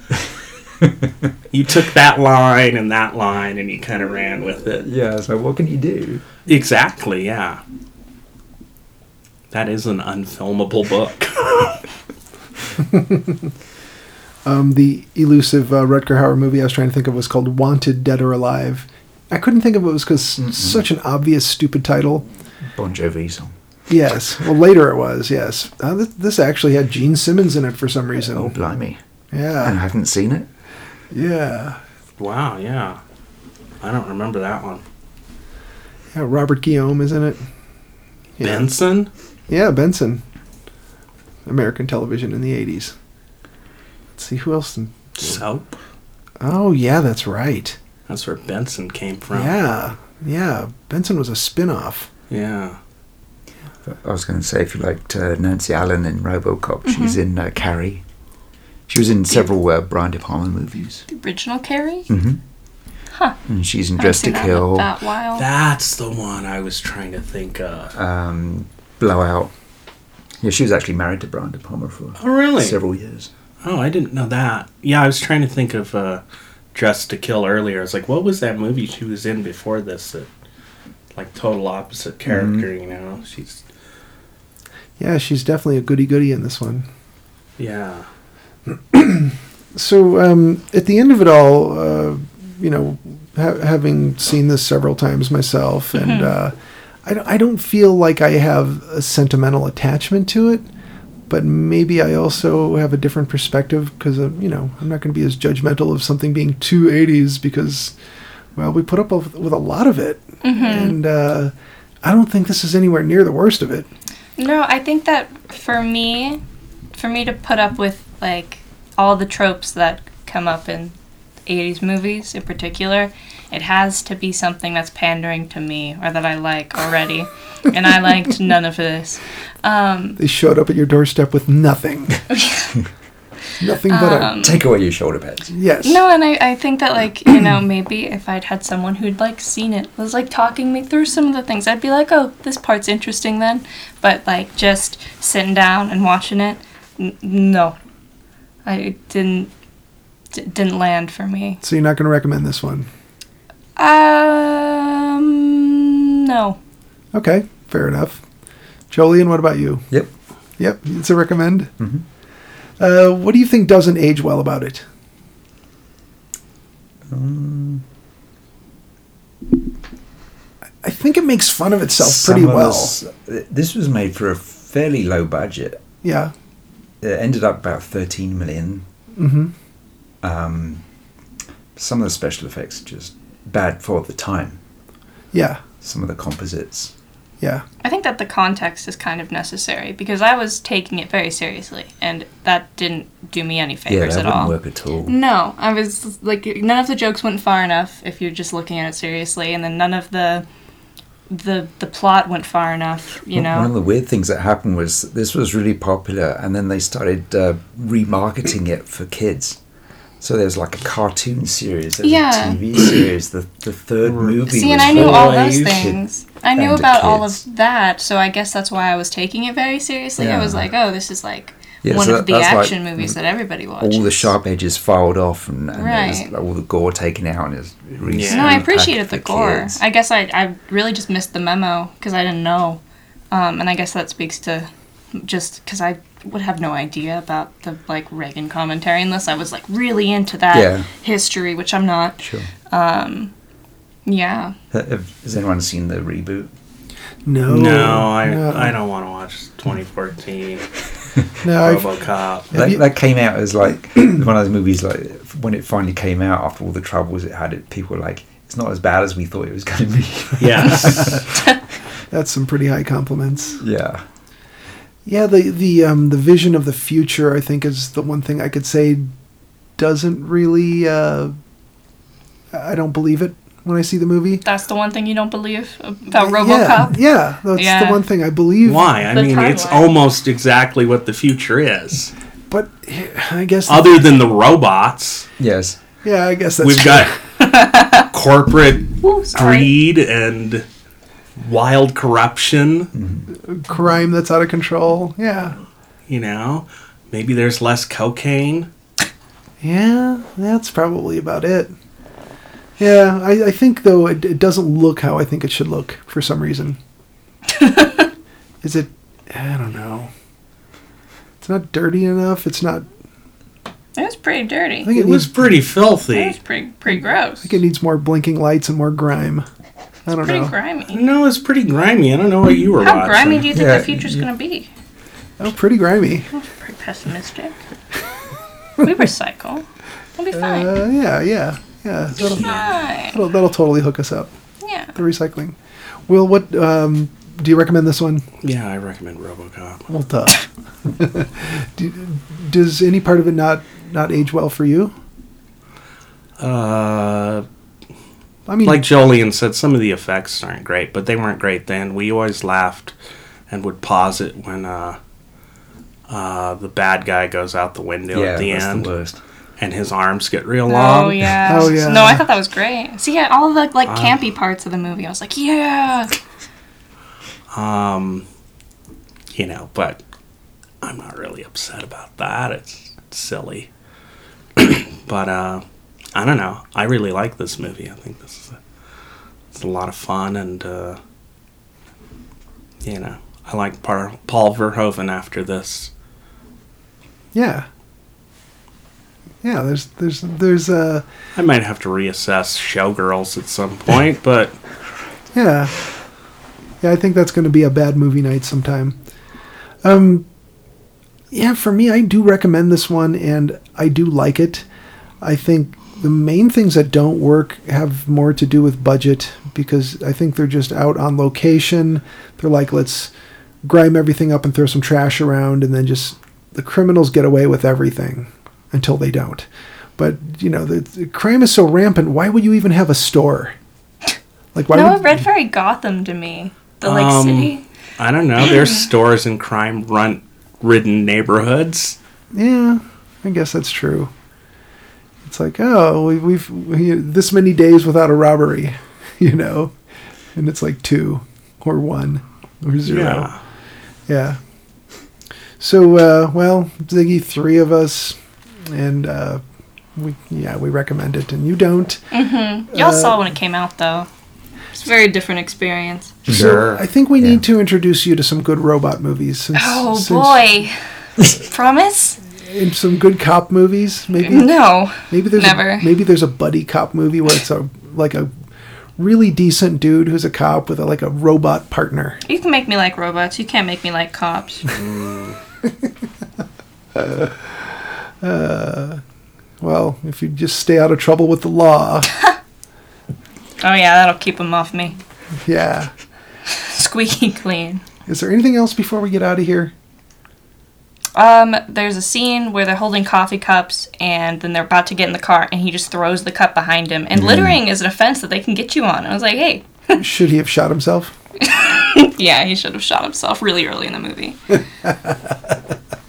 [SPEAKER 1] you took that line and that line, and you kind of ran with it.
[SPEAKER 3] Yeah, so what can you do?
[SPEAKER 1] Exactly. Yeah. That is an unfilmable book.
[SPEAKER 2] Um, the elusive uh, Rutger Hauer movie I was trying to think of was called Wanted Dead or Alive. I couldn't think of it was because such an obvious stupid title.
[SPEAKER 3] Bon Jovi song.
[SPEAKER 2] Yes. Well, later it was. Yes. Uh, th- this actually had Gene Simmons in it for some reason.
[SPEAKER 3] Oh blimey! I
[SPEAKER 2] Yeah.
[SPEAKER 3] haven't seen it.
[SPEAKER 2] Yeah.
[SPEAKER 1] wow. Yeah. I don't remember that one.
[SPEAKER 2] Yeah. Robert Guillaume is in it. Yeah.
[SPEAKER 1] Benson.
[SPEAKER 2] Yeah, Benson. American television in the 80s. Let's see who else. in-
[SPEAKER 1] Soap.
[SPEAKER 2] Oh, yeah, that's right.
[SPEAKER 1] That's where Benson came from.
[SPEAKER 2] Yeah. Yeah. Benson was a spin off.
[SPEAKER 1] Yeah.
[SPEAKER 3] I was going to say if you liked uh, Nancy Allen in RoboCop, she's in uh, Carrie. She was in several uh, Brian De Palma movies,
[SPEAKER 4] The original Carrie.
[SPEAKER 3] Mm-hmm. and she's in
[SPEAKER 4] I haven't
[SPEAKER 3] Dress to
[SPEAKER 4] seen that in
[SPEAKER 3] Kill,
[SPEAKER 4] That wild.
[SPEAKER 1] That's the one I was trying to think of.
[SPEAKER 3] um, Blowout. Yeah, she was actually married to Brian De Palma for
[SPEAKER 1] Oh, really?
[SPEAKER 3] several years.
[SPEAKER 1] Oh, I didn't know that. Yeah, I was trying to think of uh, Dress to Kill earlier. I was like, what was that movie she was in before this? That, like, total opposite character,
[SPEAKER 2] Mm-hmm.
[SPEAKER 1] you know? She's.
[SPEAKER 2] Yeah, she's definitely a goody goody in this one.
[SPEAKER 1] Yeah.
[SPEAKER 2] So, um, at the end of it all, uh, you know, ha- having seen this several times myself, and uh, I, don't, I don't feel like I have a sentimental attachment to it, but maybe I also have a different perspective because, uh, you know, I'm not going to be as judgmental of something being two 80s because, well, we put up with, with a lot of it. And uh, I don't think this is anywhere near the worst of it.
[SPEAKER 4] No, I think that for me, for me to put up with like all the tropes that come up in 80s movies in particular, it has to be something that's pandering to me or that I like already. and I liked none of this. Um,
[SPEAKER 2] They showed up at your doorstep with nothing. nothing but a.
[SPEAKER 3] Take away your shoulder pads.
[SPEAKER 2] Yes.
[SPEAKER 4] no, and I, I think that, like, you know, maybe if I'd had someone who'd, like, seen it, was, like, talking me through some of the things, I'd be like, oh, this part's interesting then. But, like, just sitting down and watching it, n- no. I it didn't. d- Didn't land for me.
[SPEAKER 2] So you're not going to recommend this one.
[SPEAKER 4] Um, no.
[SPEAKER 2] Okay, fair enough. Jolene, what about you?
[SPEAKER 3] Yep.
[SPEAKER 2] Yep, it's a recommend. Uh, what do you think doesn't age well about it? I think it makes fun of itself pretty
[SPEAKER 3] Some of
[SPEAKER 2] well.
[SPEAKER 3] this- th- This was made for a fairly low budget.
[SPEAKER 2] Yeah.
[SPEAKER 3] It ended up about 13 million.
[SPEAKER 2] Mm-hmm.
[SPEAKER 3] Um, some of the special effects are just bad for the time.
[SPEAKER 2] Yeah.
[SPEAKER 3] Some of the composites.
[SPEAKER 2] Yeah.
[SPEAKER 4] I think that the context is kind of necessary because I was taking it very seriously, and that didn't do me any
[SPEAKER 3] Yeah,
[SPEAKER 4] favors
[SPEAKER 3] that
[SPEAKER 4] at
[SPEAKER 3] wouldn't
[SPEAKER 4] all.
[SPEAKER 3] work at all.
[SPEAKER 4] No, I was like, none of the jokes went far enough if you're just looking at it seriously, and then none of the the the plot went far enough. You
[SPEAKER 3] One- One
[SPEAKER 4] know,
[SPEAKER 3] of the weird things that happened was this was really popular, and then they started uh, remarketing it for kids. So there was like a cartoon series, there was
[SPEAKER 4] Yeah.
[SPEAKER 3] a TV series. The the third movie.
[SPEAKER 4] see,
[SPEAKER 3] was
[SPEAKER 4] and I knew all
[SPEAKER 1] always
[SPEAKER 4] those
[SPEAKER 1] kid
[SPEAKER 4] things. I knew
[SPEAKER 3] and
[SPEAKER 4] about all
[SPEAKER 3] kids.
[SPEAKER 4] of that, so I guess that's why I was taking it very seriously. I was
[SPEAKER 3] Yeah.
[SPEAKER 4] like, oh, this is like
[SPEAKER 3] Yeah,
[SPEAKER 4] one
[SPEAKER 3] so
[SPEAKER 4] of
[SPEAKER 3] that-
[SPEAKER 4] the
[SPEAKER 3] that's like
[SPEAKER 4] action movies that everybody watches.
[SPEAKER 3] all the sharp edges filed off and, and there's
[SPEAKER 4] Right.
[SPEAKER 3] like all the gore taken out and it's really
[SPEAKER 1] Yeah.
[SPEAKER 4] No, I
[SPEAKER 3] slim
[SPEAKER 4] appreciated
[SPEAKER 3] packet
[SPEAKER 4] the
[SPEAKER 3] for
[SPEAKER 4] gore.
[SPEAKER 3] kids.
[SPEAKER 4] I guess I, I really just missed the memo because I didn't know. Um, and I guess that speaks to just because I would have no idea about the like Reagan commentary unless I was like really into that
[SPEAKER 3] Yeah.
[SPEAKER 4] history, which I'm not.
[SPEAKER 3] Sure.
[SPEAKER 4] Yeah.
[SPEAKER 3] Ha- Uh, have- Has anyone seen the reboot?
[SPEAKER 2] No,
[SPEAKER 1] no, I,
[SPEAKER 2] no,
[SPEAKER 1] I don't want to watch 2014
[SPEAKER 2] No, I've-
[SPEAKER 1] RoboCop.
[SPEAKER 3] That,
[SPEAKER 2] you-
[SPEAKER 3] that came out as like one of those movies. Like when it finally came out after all the troubles it had, it, people were like, "It's not as bad as we thought it was going to be."
[SPEAKER 1] Yes.
[SPEAKER 2] that's some pretty high compliments.
[SPEAKER 3] yeah,
[SPEAKER 2] Yeah, the the um, the vision of the future, I think, is the one thing I could say doesn't really. Uh, I don't believe it when I see the movie.
[SPEAKER 4] That's the one thing you don't believe about
[SPEAKER 2] Yeah,
[SPEAKER 4] Oh, Robocop.
[SPEAKER 2] yeah that's
[SPEAKER 4] Yeah.
[SPEAKER 2] the one thing I believe.
[SPEAKER 1] Why? I
[SPEAKER 4] The
[SPEAKER 1] mean, it's
[SPEAKER 4] timeline.
[SPEAKER 1] almost exactly what the future is.
[SPEAKER 2] But I guess.
[SPEAKER 1] Other than the robots,
[SPEAKER 3] yes,
[SPEAKER 2] yeah, I guess that's.
[SPEAKER 1] we've got corporate
[SPEAKER 4] Ooh, sorry.
[SPEAKER 1] greed and wild corruption.
[SPEAKER 2] crime that's out of control. Yeah,
[SPEAKER 1] You know, maybe there's less cocaine.
[SPEAKER 2] yeah, that's probably about it. Yeah, I, I think though it, it doesn't look how I think it should look for some reason. Is it? I don't know. It's not dirty enough. It's not
[SPEAKER 4] It was pretty dirty.
[SPEAKER 2] I think it,
[SPEAKER 1] It was
[SPEAKER 2] needs,
[SPEAKER 1] pretty
[SPEAKER 4] It was
[SPEAKER 1] filthy.
[SPEAKER 4] pretty pretty
[SPEAKER 2] I
[SPEAKER 4] gross.
[SPEAKER 2] think it needs more blinking lights and more grime. I don't
[SPEAKER 4] Pretty
[SPEAKER 2] know.
[SPEAKER 4] grimy.
[SPEAKER 1] No, it's pretty grimy. I don't know what you were
[SPEAKER 4] How
[SPEAKER 1] watching.
[SPEAKER 4] grimy do you think
[SPEAKER 3] Yeah,
[SPEAKER 4] the future's gonna be?
[SPEAKER 2] Oh, pretty grimy.
[SPEAKER 4] That's pretty pessimistic. we recycle. We'll be fine.
[SPEAKER 2] Uh, yeah, yeah, yeah. That'll,
[SPEAKER 4] fine.
[SPEAKER 2] that'll, that'll totally hook us up.
[SPEAKER 4] Yeah.
[SPEAKER 2] The recycling. Will, what um, do you recommend this one?
[SPEAKER 1] yeah, I recommend RoboCop.
[SPEAKER 2] Well, duh. do, does any part of it not not age well for you?
[SPEAKER 1] Uh,
[SPEAKER 2] I mean,
[SPEAKER 1] like Jolien said, some of the effects aren't great, but they weren't great then. We always laughed and would pause it when uh, uh, the bad guy goes out the window
[SPEAKER 3] yeah,
[SPEAKER 1] at the
[SPEAKER 3] that's
[SPEAKER 1] end
[SPEAKER 3] the worst.
[SPEAKER 1] and his arms get real long.
[SPEAKER 4] Oh yeah.
[SPEAKER 2] Oh, yeah.
[SPEAKER 4] No, I thought that was great. See, yeah, all the like campy parts of the movie, I was like, yeah.
[SPEAKER 1] You know, but I'm not really upset about that. It's silly. but uh, I don't know. I really like this movie. I think this is a, it's a lot of fun and, uh, you know, I like Par- Paul Verhoeven after this.
[SPEAKER 2] yeah, yeah. There's there's there's uh
[SPEAKER 1] I might have to reassess Showgirls at some point, but
[SPEAKER 2] yeah yeah. I think that's going to be a bad movie night sometime. Um, yeah, for me, I do recommend this one, and I do like it. I think the main things that don't work have more to do with budget because I think they're just out on location. They're like, let's grime everything up and throw some trash around, and then just the criminals get away with everything until they don't. But you know, the, the crime is so rampant. Why would you even have a store? Like, why
[SPEAKER 4] no,
[SPEAKER 2] would
[SPEAKER 4] it read very Gotham to me. The like
[SPEAKER 1] Um,
[SPEAKER 4] city.
[SPEAKER 1] I don't know. There's stores in crime run ridden neighborhoods.
[SPEAKER 2] Yeah, I guess that's true. It's like, oh, we, we've we, this many days without a robbery, you know, and it's like two or one or zero. Yeah.
[SPEAKER 1] Yeah.
[SPEAKER 2] So, uh, well, Ziggy, three of us, and uh, we yeah we recommend it, and you don't.
[SPEAKER 4] Y'all saw when it came out though. It's a very different experience.
[SPEAKER 2] So I think we
[SPEAKER 3] Yeah.
[SPEAKER 2] need to introduce you to some good robot movies. Since,
[SPEAKER 4] Oh
[SPEAKER 2] since-
[SPEAKER 4] boy. Promise?
[SPEAKER 2] And some good cop movies, maybe.
[SPEAKER 4] No.
[SPEAKER 2] Maybe there's
[SPEAKER 4] Never.
[SPEAKER 2] A, maybe there's a buddy cop movie where it's a like a really decent dude who's a cop with a, like a robot partner.
[SPEAKER 4] You can make me like robots. You can't make me like cops.
[SPEAKER 2] Well, if you just stay out of trouble with the law,
[SPEAKER 4] Oh yeah, that'll keep them off me.
[SPEAKER 2] yeah.
[SPEAKER 4] Squeaky clean.
[SPEAKER 2] Is there anything else before we get out of here?
[SPEAKER 4] Um, there's a scene where they're holding coffee cups and then they're about to get in the car and he just throws the cup behind him. And littering is an offense that they can get you on. And I was like, hey,
[SPEAKER 2] Should he have shot himself?
[SPEAKER 4] yeah, he should have shot himself really early in the movie.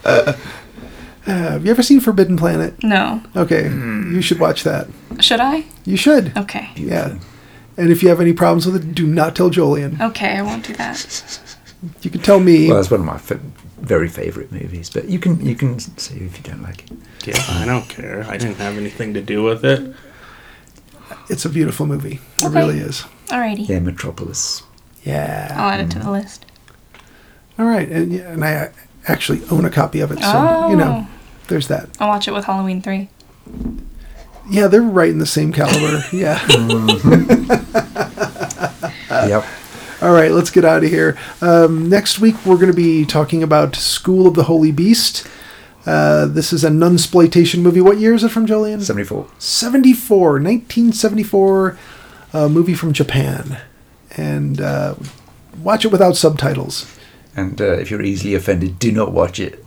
[SPEAKER 2] Uh, Have you ever seen Forbidden Planet?
[SPEAKER 4] No.
[SPEAKER 2] Okay, you should watch that.
[SPEAKER 4] Should I?
[SPEAKER 2] You should.
[SPEAKER 4] Okay.
[SPEAKER 2] Yeah. And if you have any problems with it, do not tell Jolien.
[SPEAKER 4] Okay, I won't do that.
[SPEAKER 2] You can tell me.
[SPEAKER 3] Well, that's one of my fa- very favourite movies, but you can you can see if you don't like it.
[SPEAKER 1] Yeah, I don't care. I didn't have anything to do with it.
[SPEAKER 2] It's a beautiful movie. It
[SPEAKER 4] Okay.
[SPEAKER 2] really is.
[SPEAKER 4] Alrighty.
[SPEAKER 3] Yeah, Metropolis.
[SPEAKER 2] Yeah.
[SPEAKER 4] I'll add it to the list.
[SPEAKER 2] All right, and yeah, and I actually own a copy of it, so you know,
[SPEAKER 4] Oh.
[SPEAKER 2] there's that.
[SPEAKER 4] I'll watch it with Halloween 3.
[SPEAKER 2] Yeah, they're right in the same caliber. yeah. Uh,
[SPEAKER 3] yep.
[SPEAKER 2] All right, let's get out of here. Um, next week, we're going to be talking about School of the Holy Beast. Uh, this is a nunsploitation movie. What year is it from, Jolene?
[SPEAKER 3] Seventy four.
[SPEAKER 2] 74, 1974 uh, movie from Japan. And uh, watch it without subtitles.
[SPEAKER 3] And uh, if you're easily offended, do not watch it.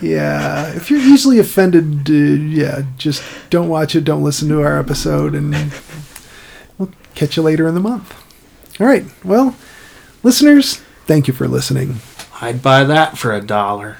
[SPEAKER 2] Yeah, if you're easily offended, uh, yeah, just don't watch it, don't listen to our episode, and we'll catch you later in the month. All right, well, listeners, thank you for listening.
[SPEAKER 1] I'd buy that for a dollar.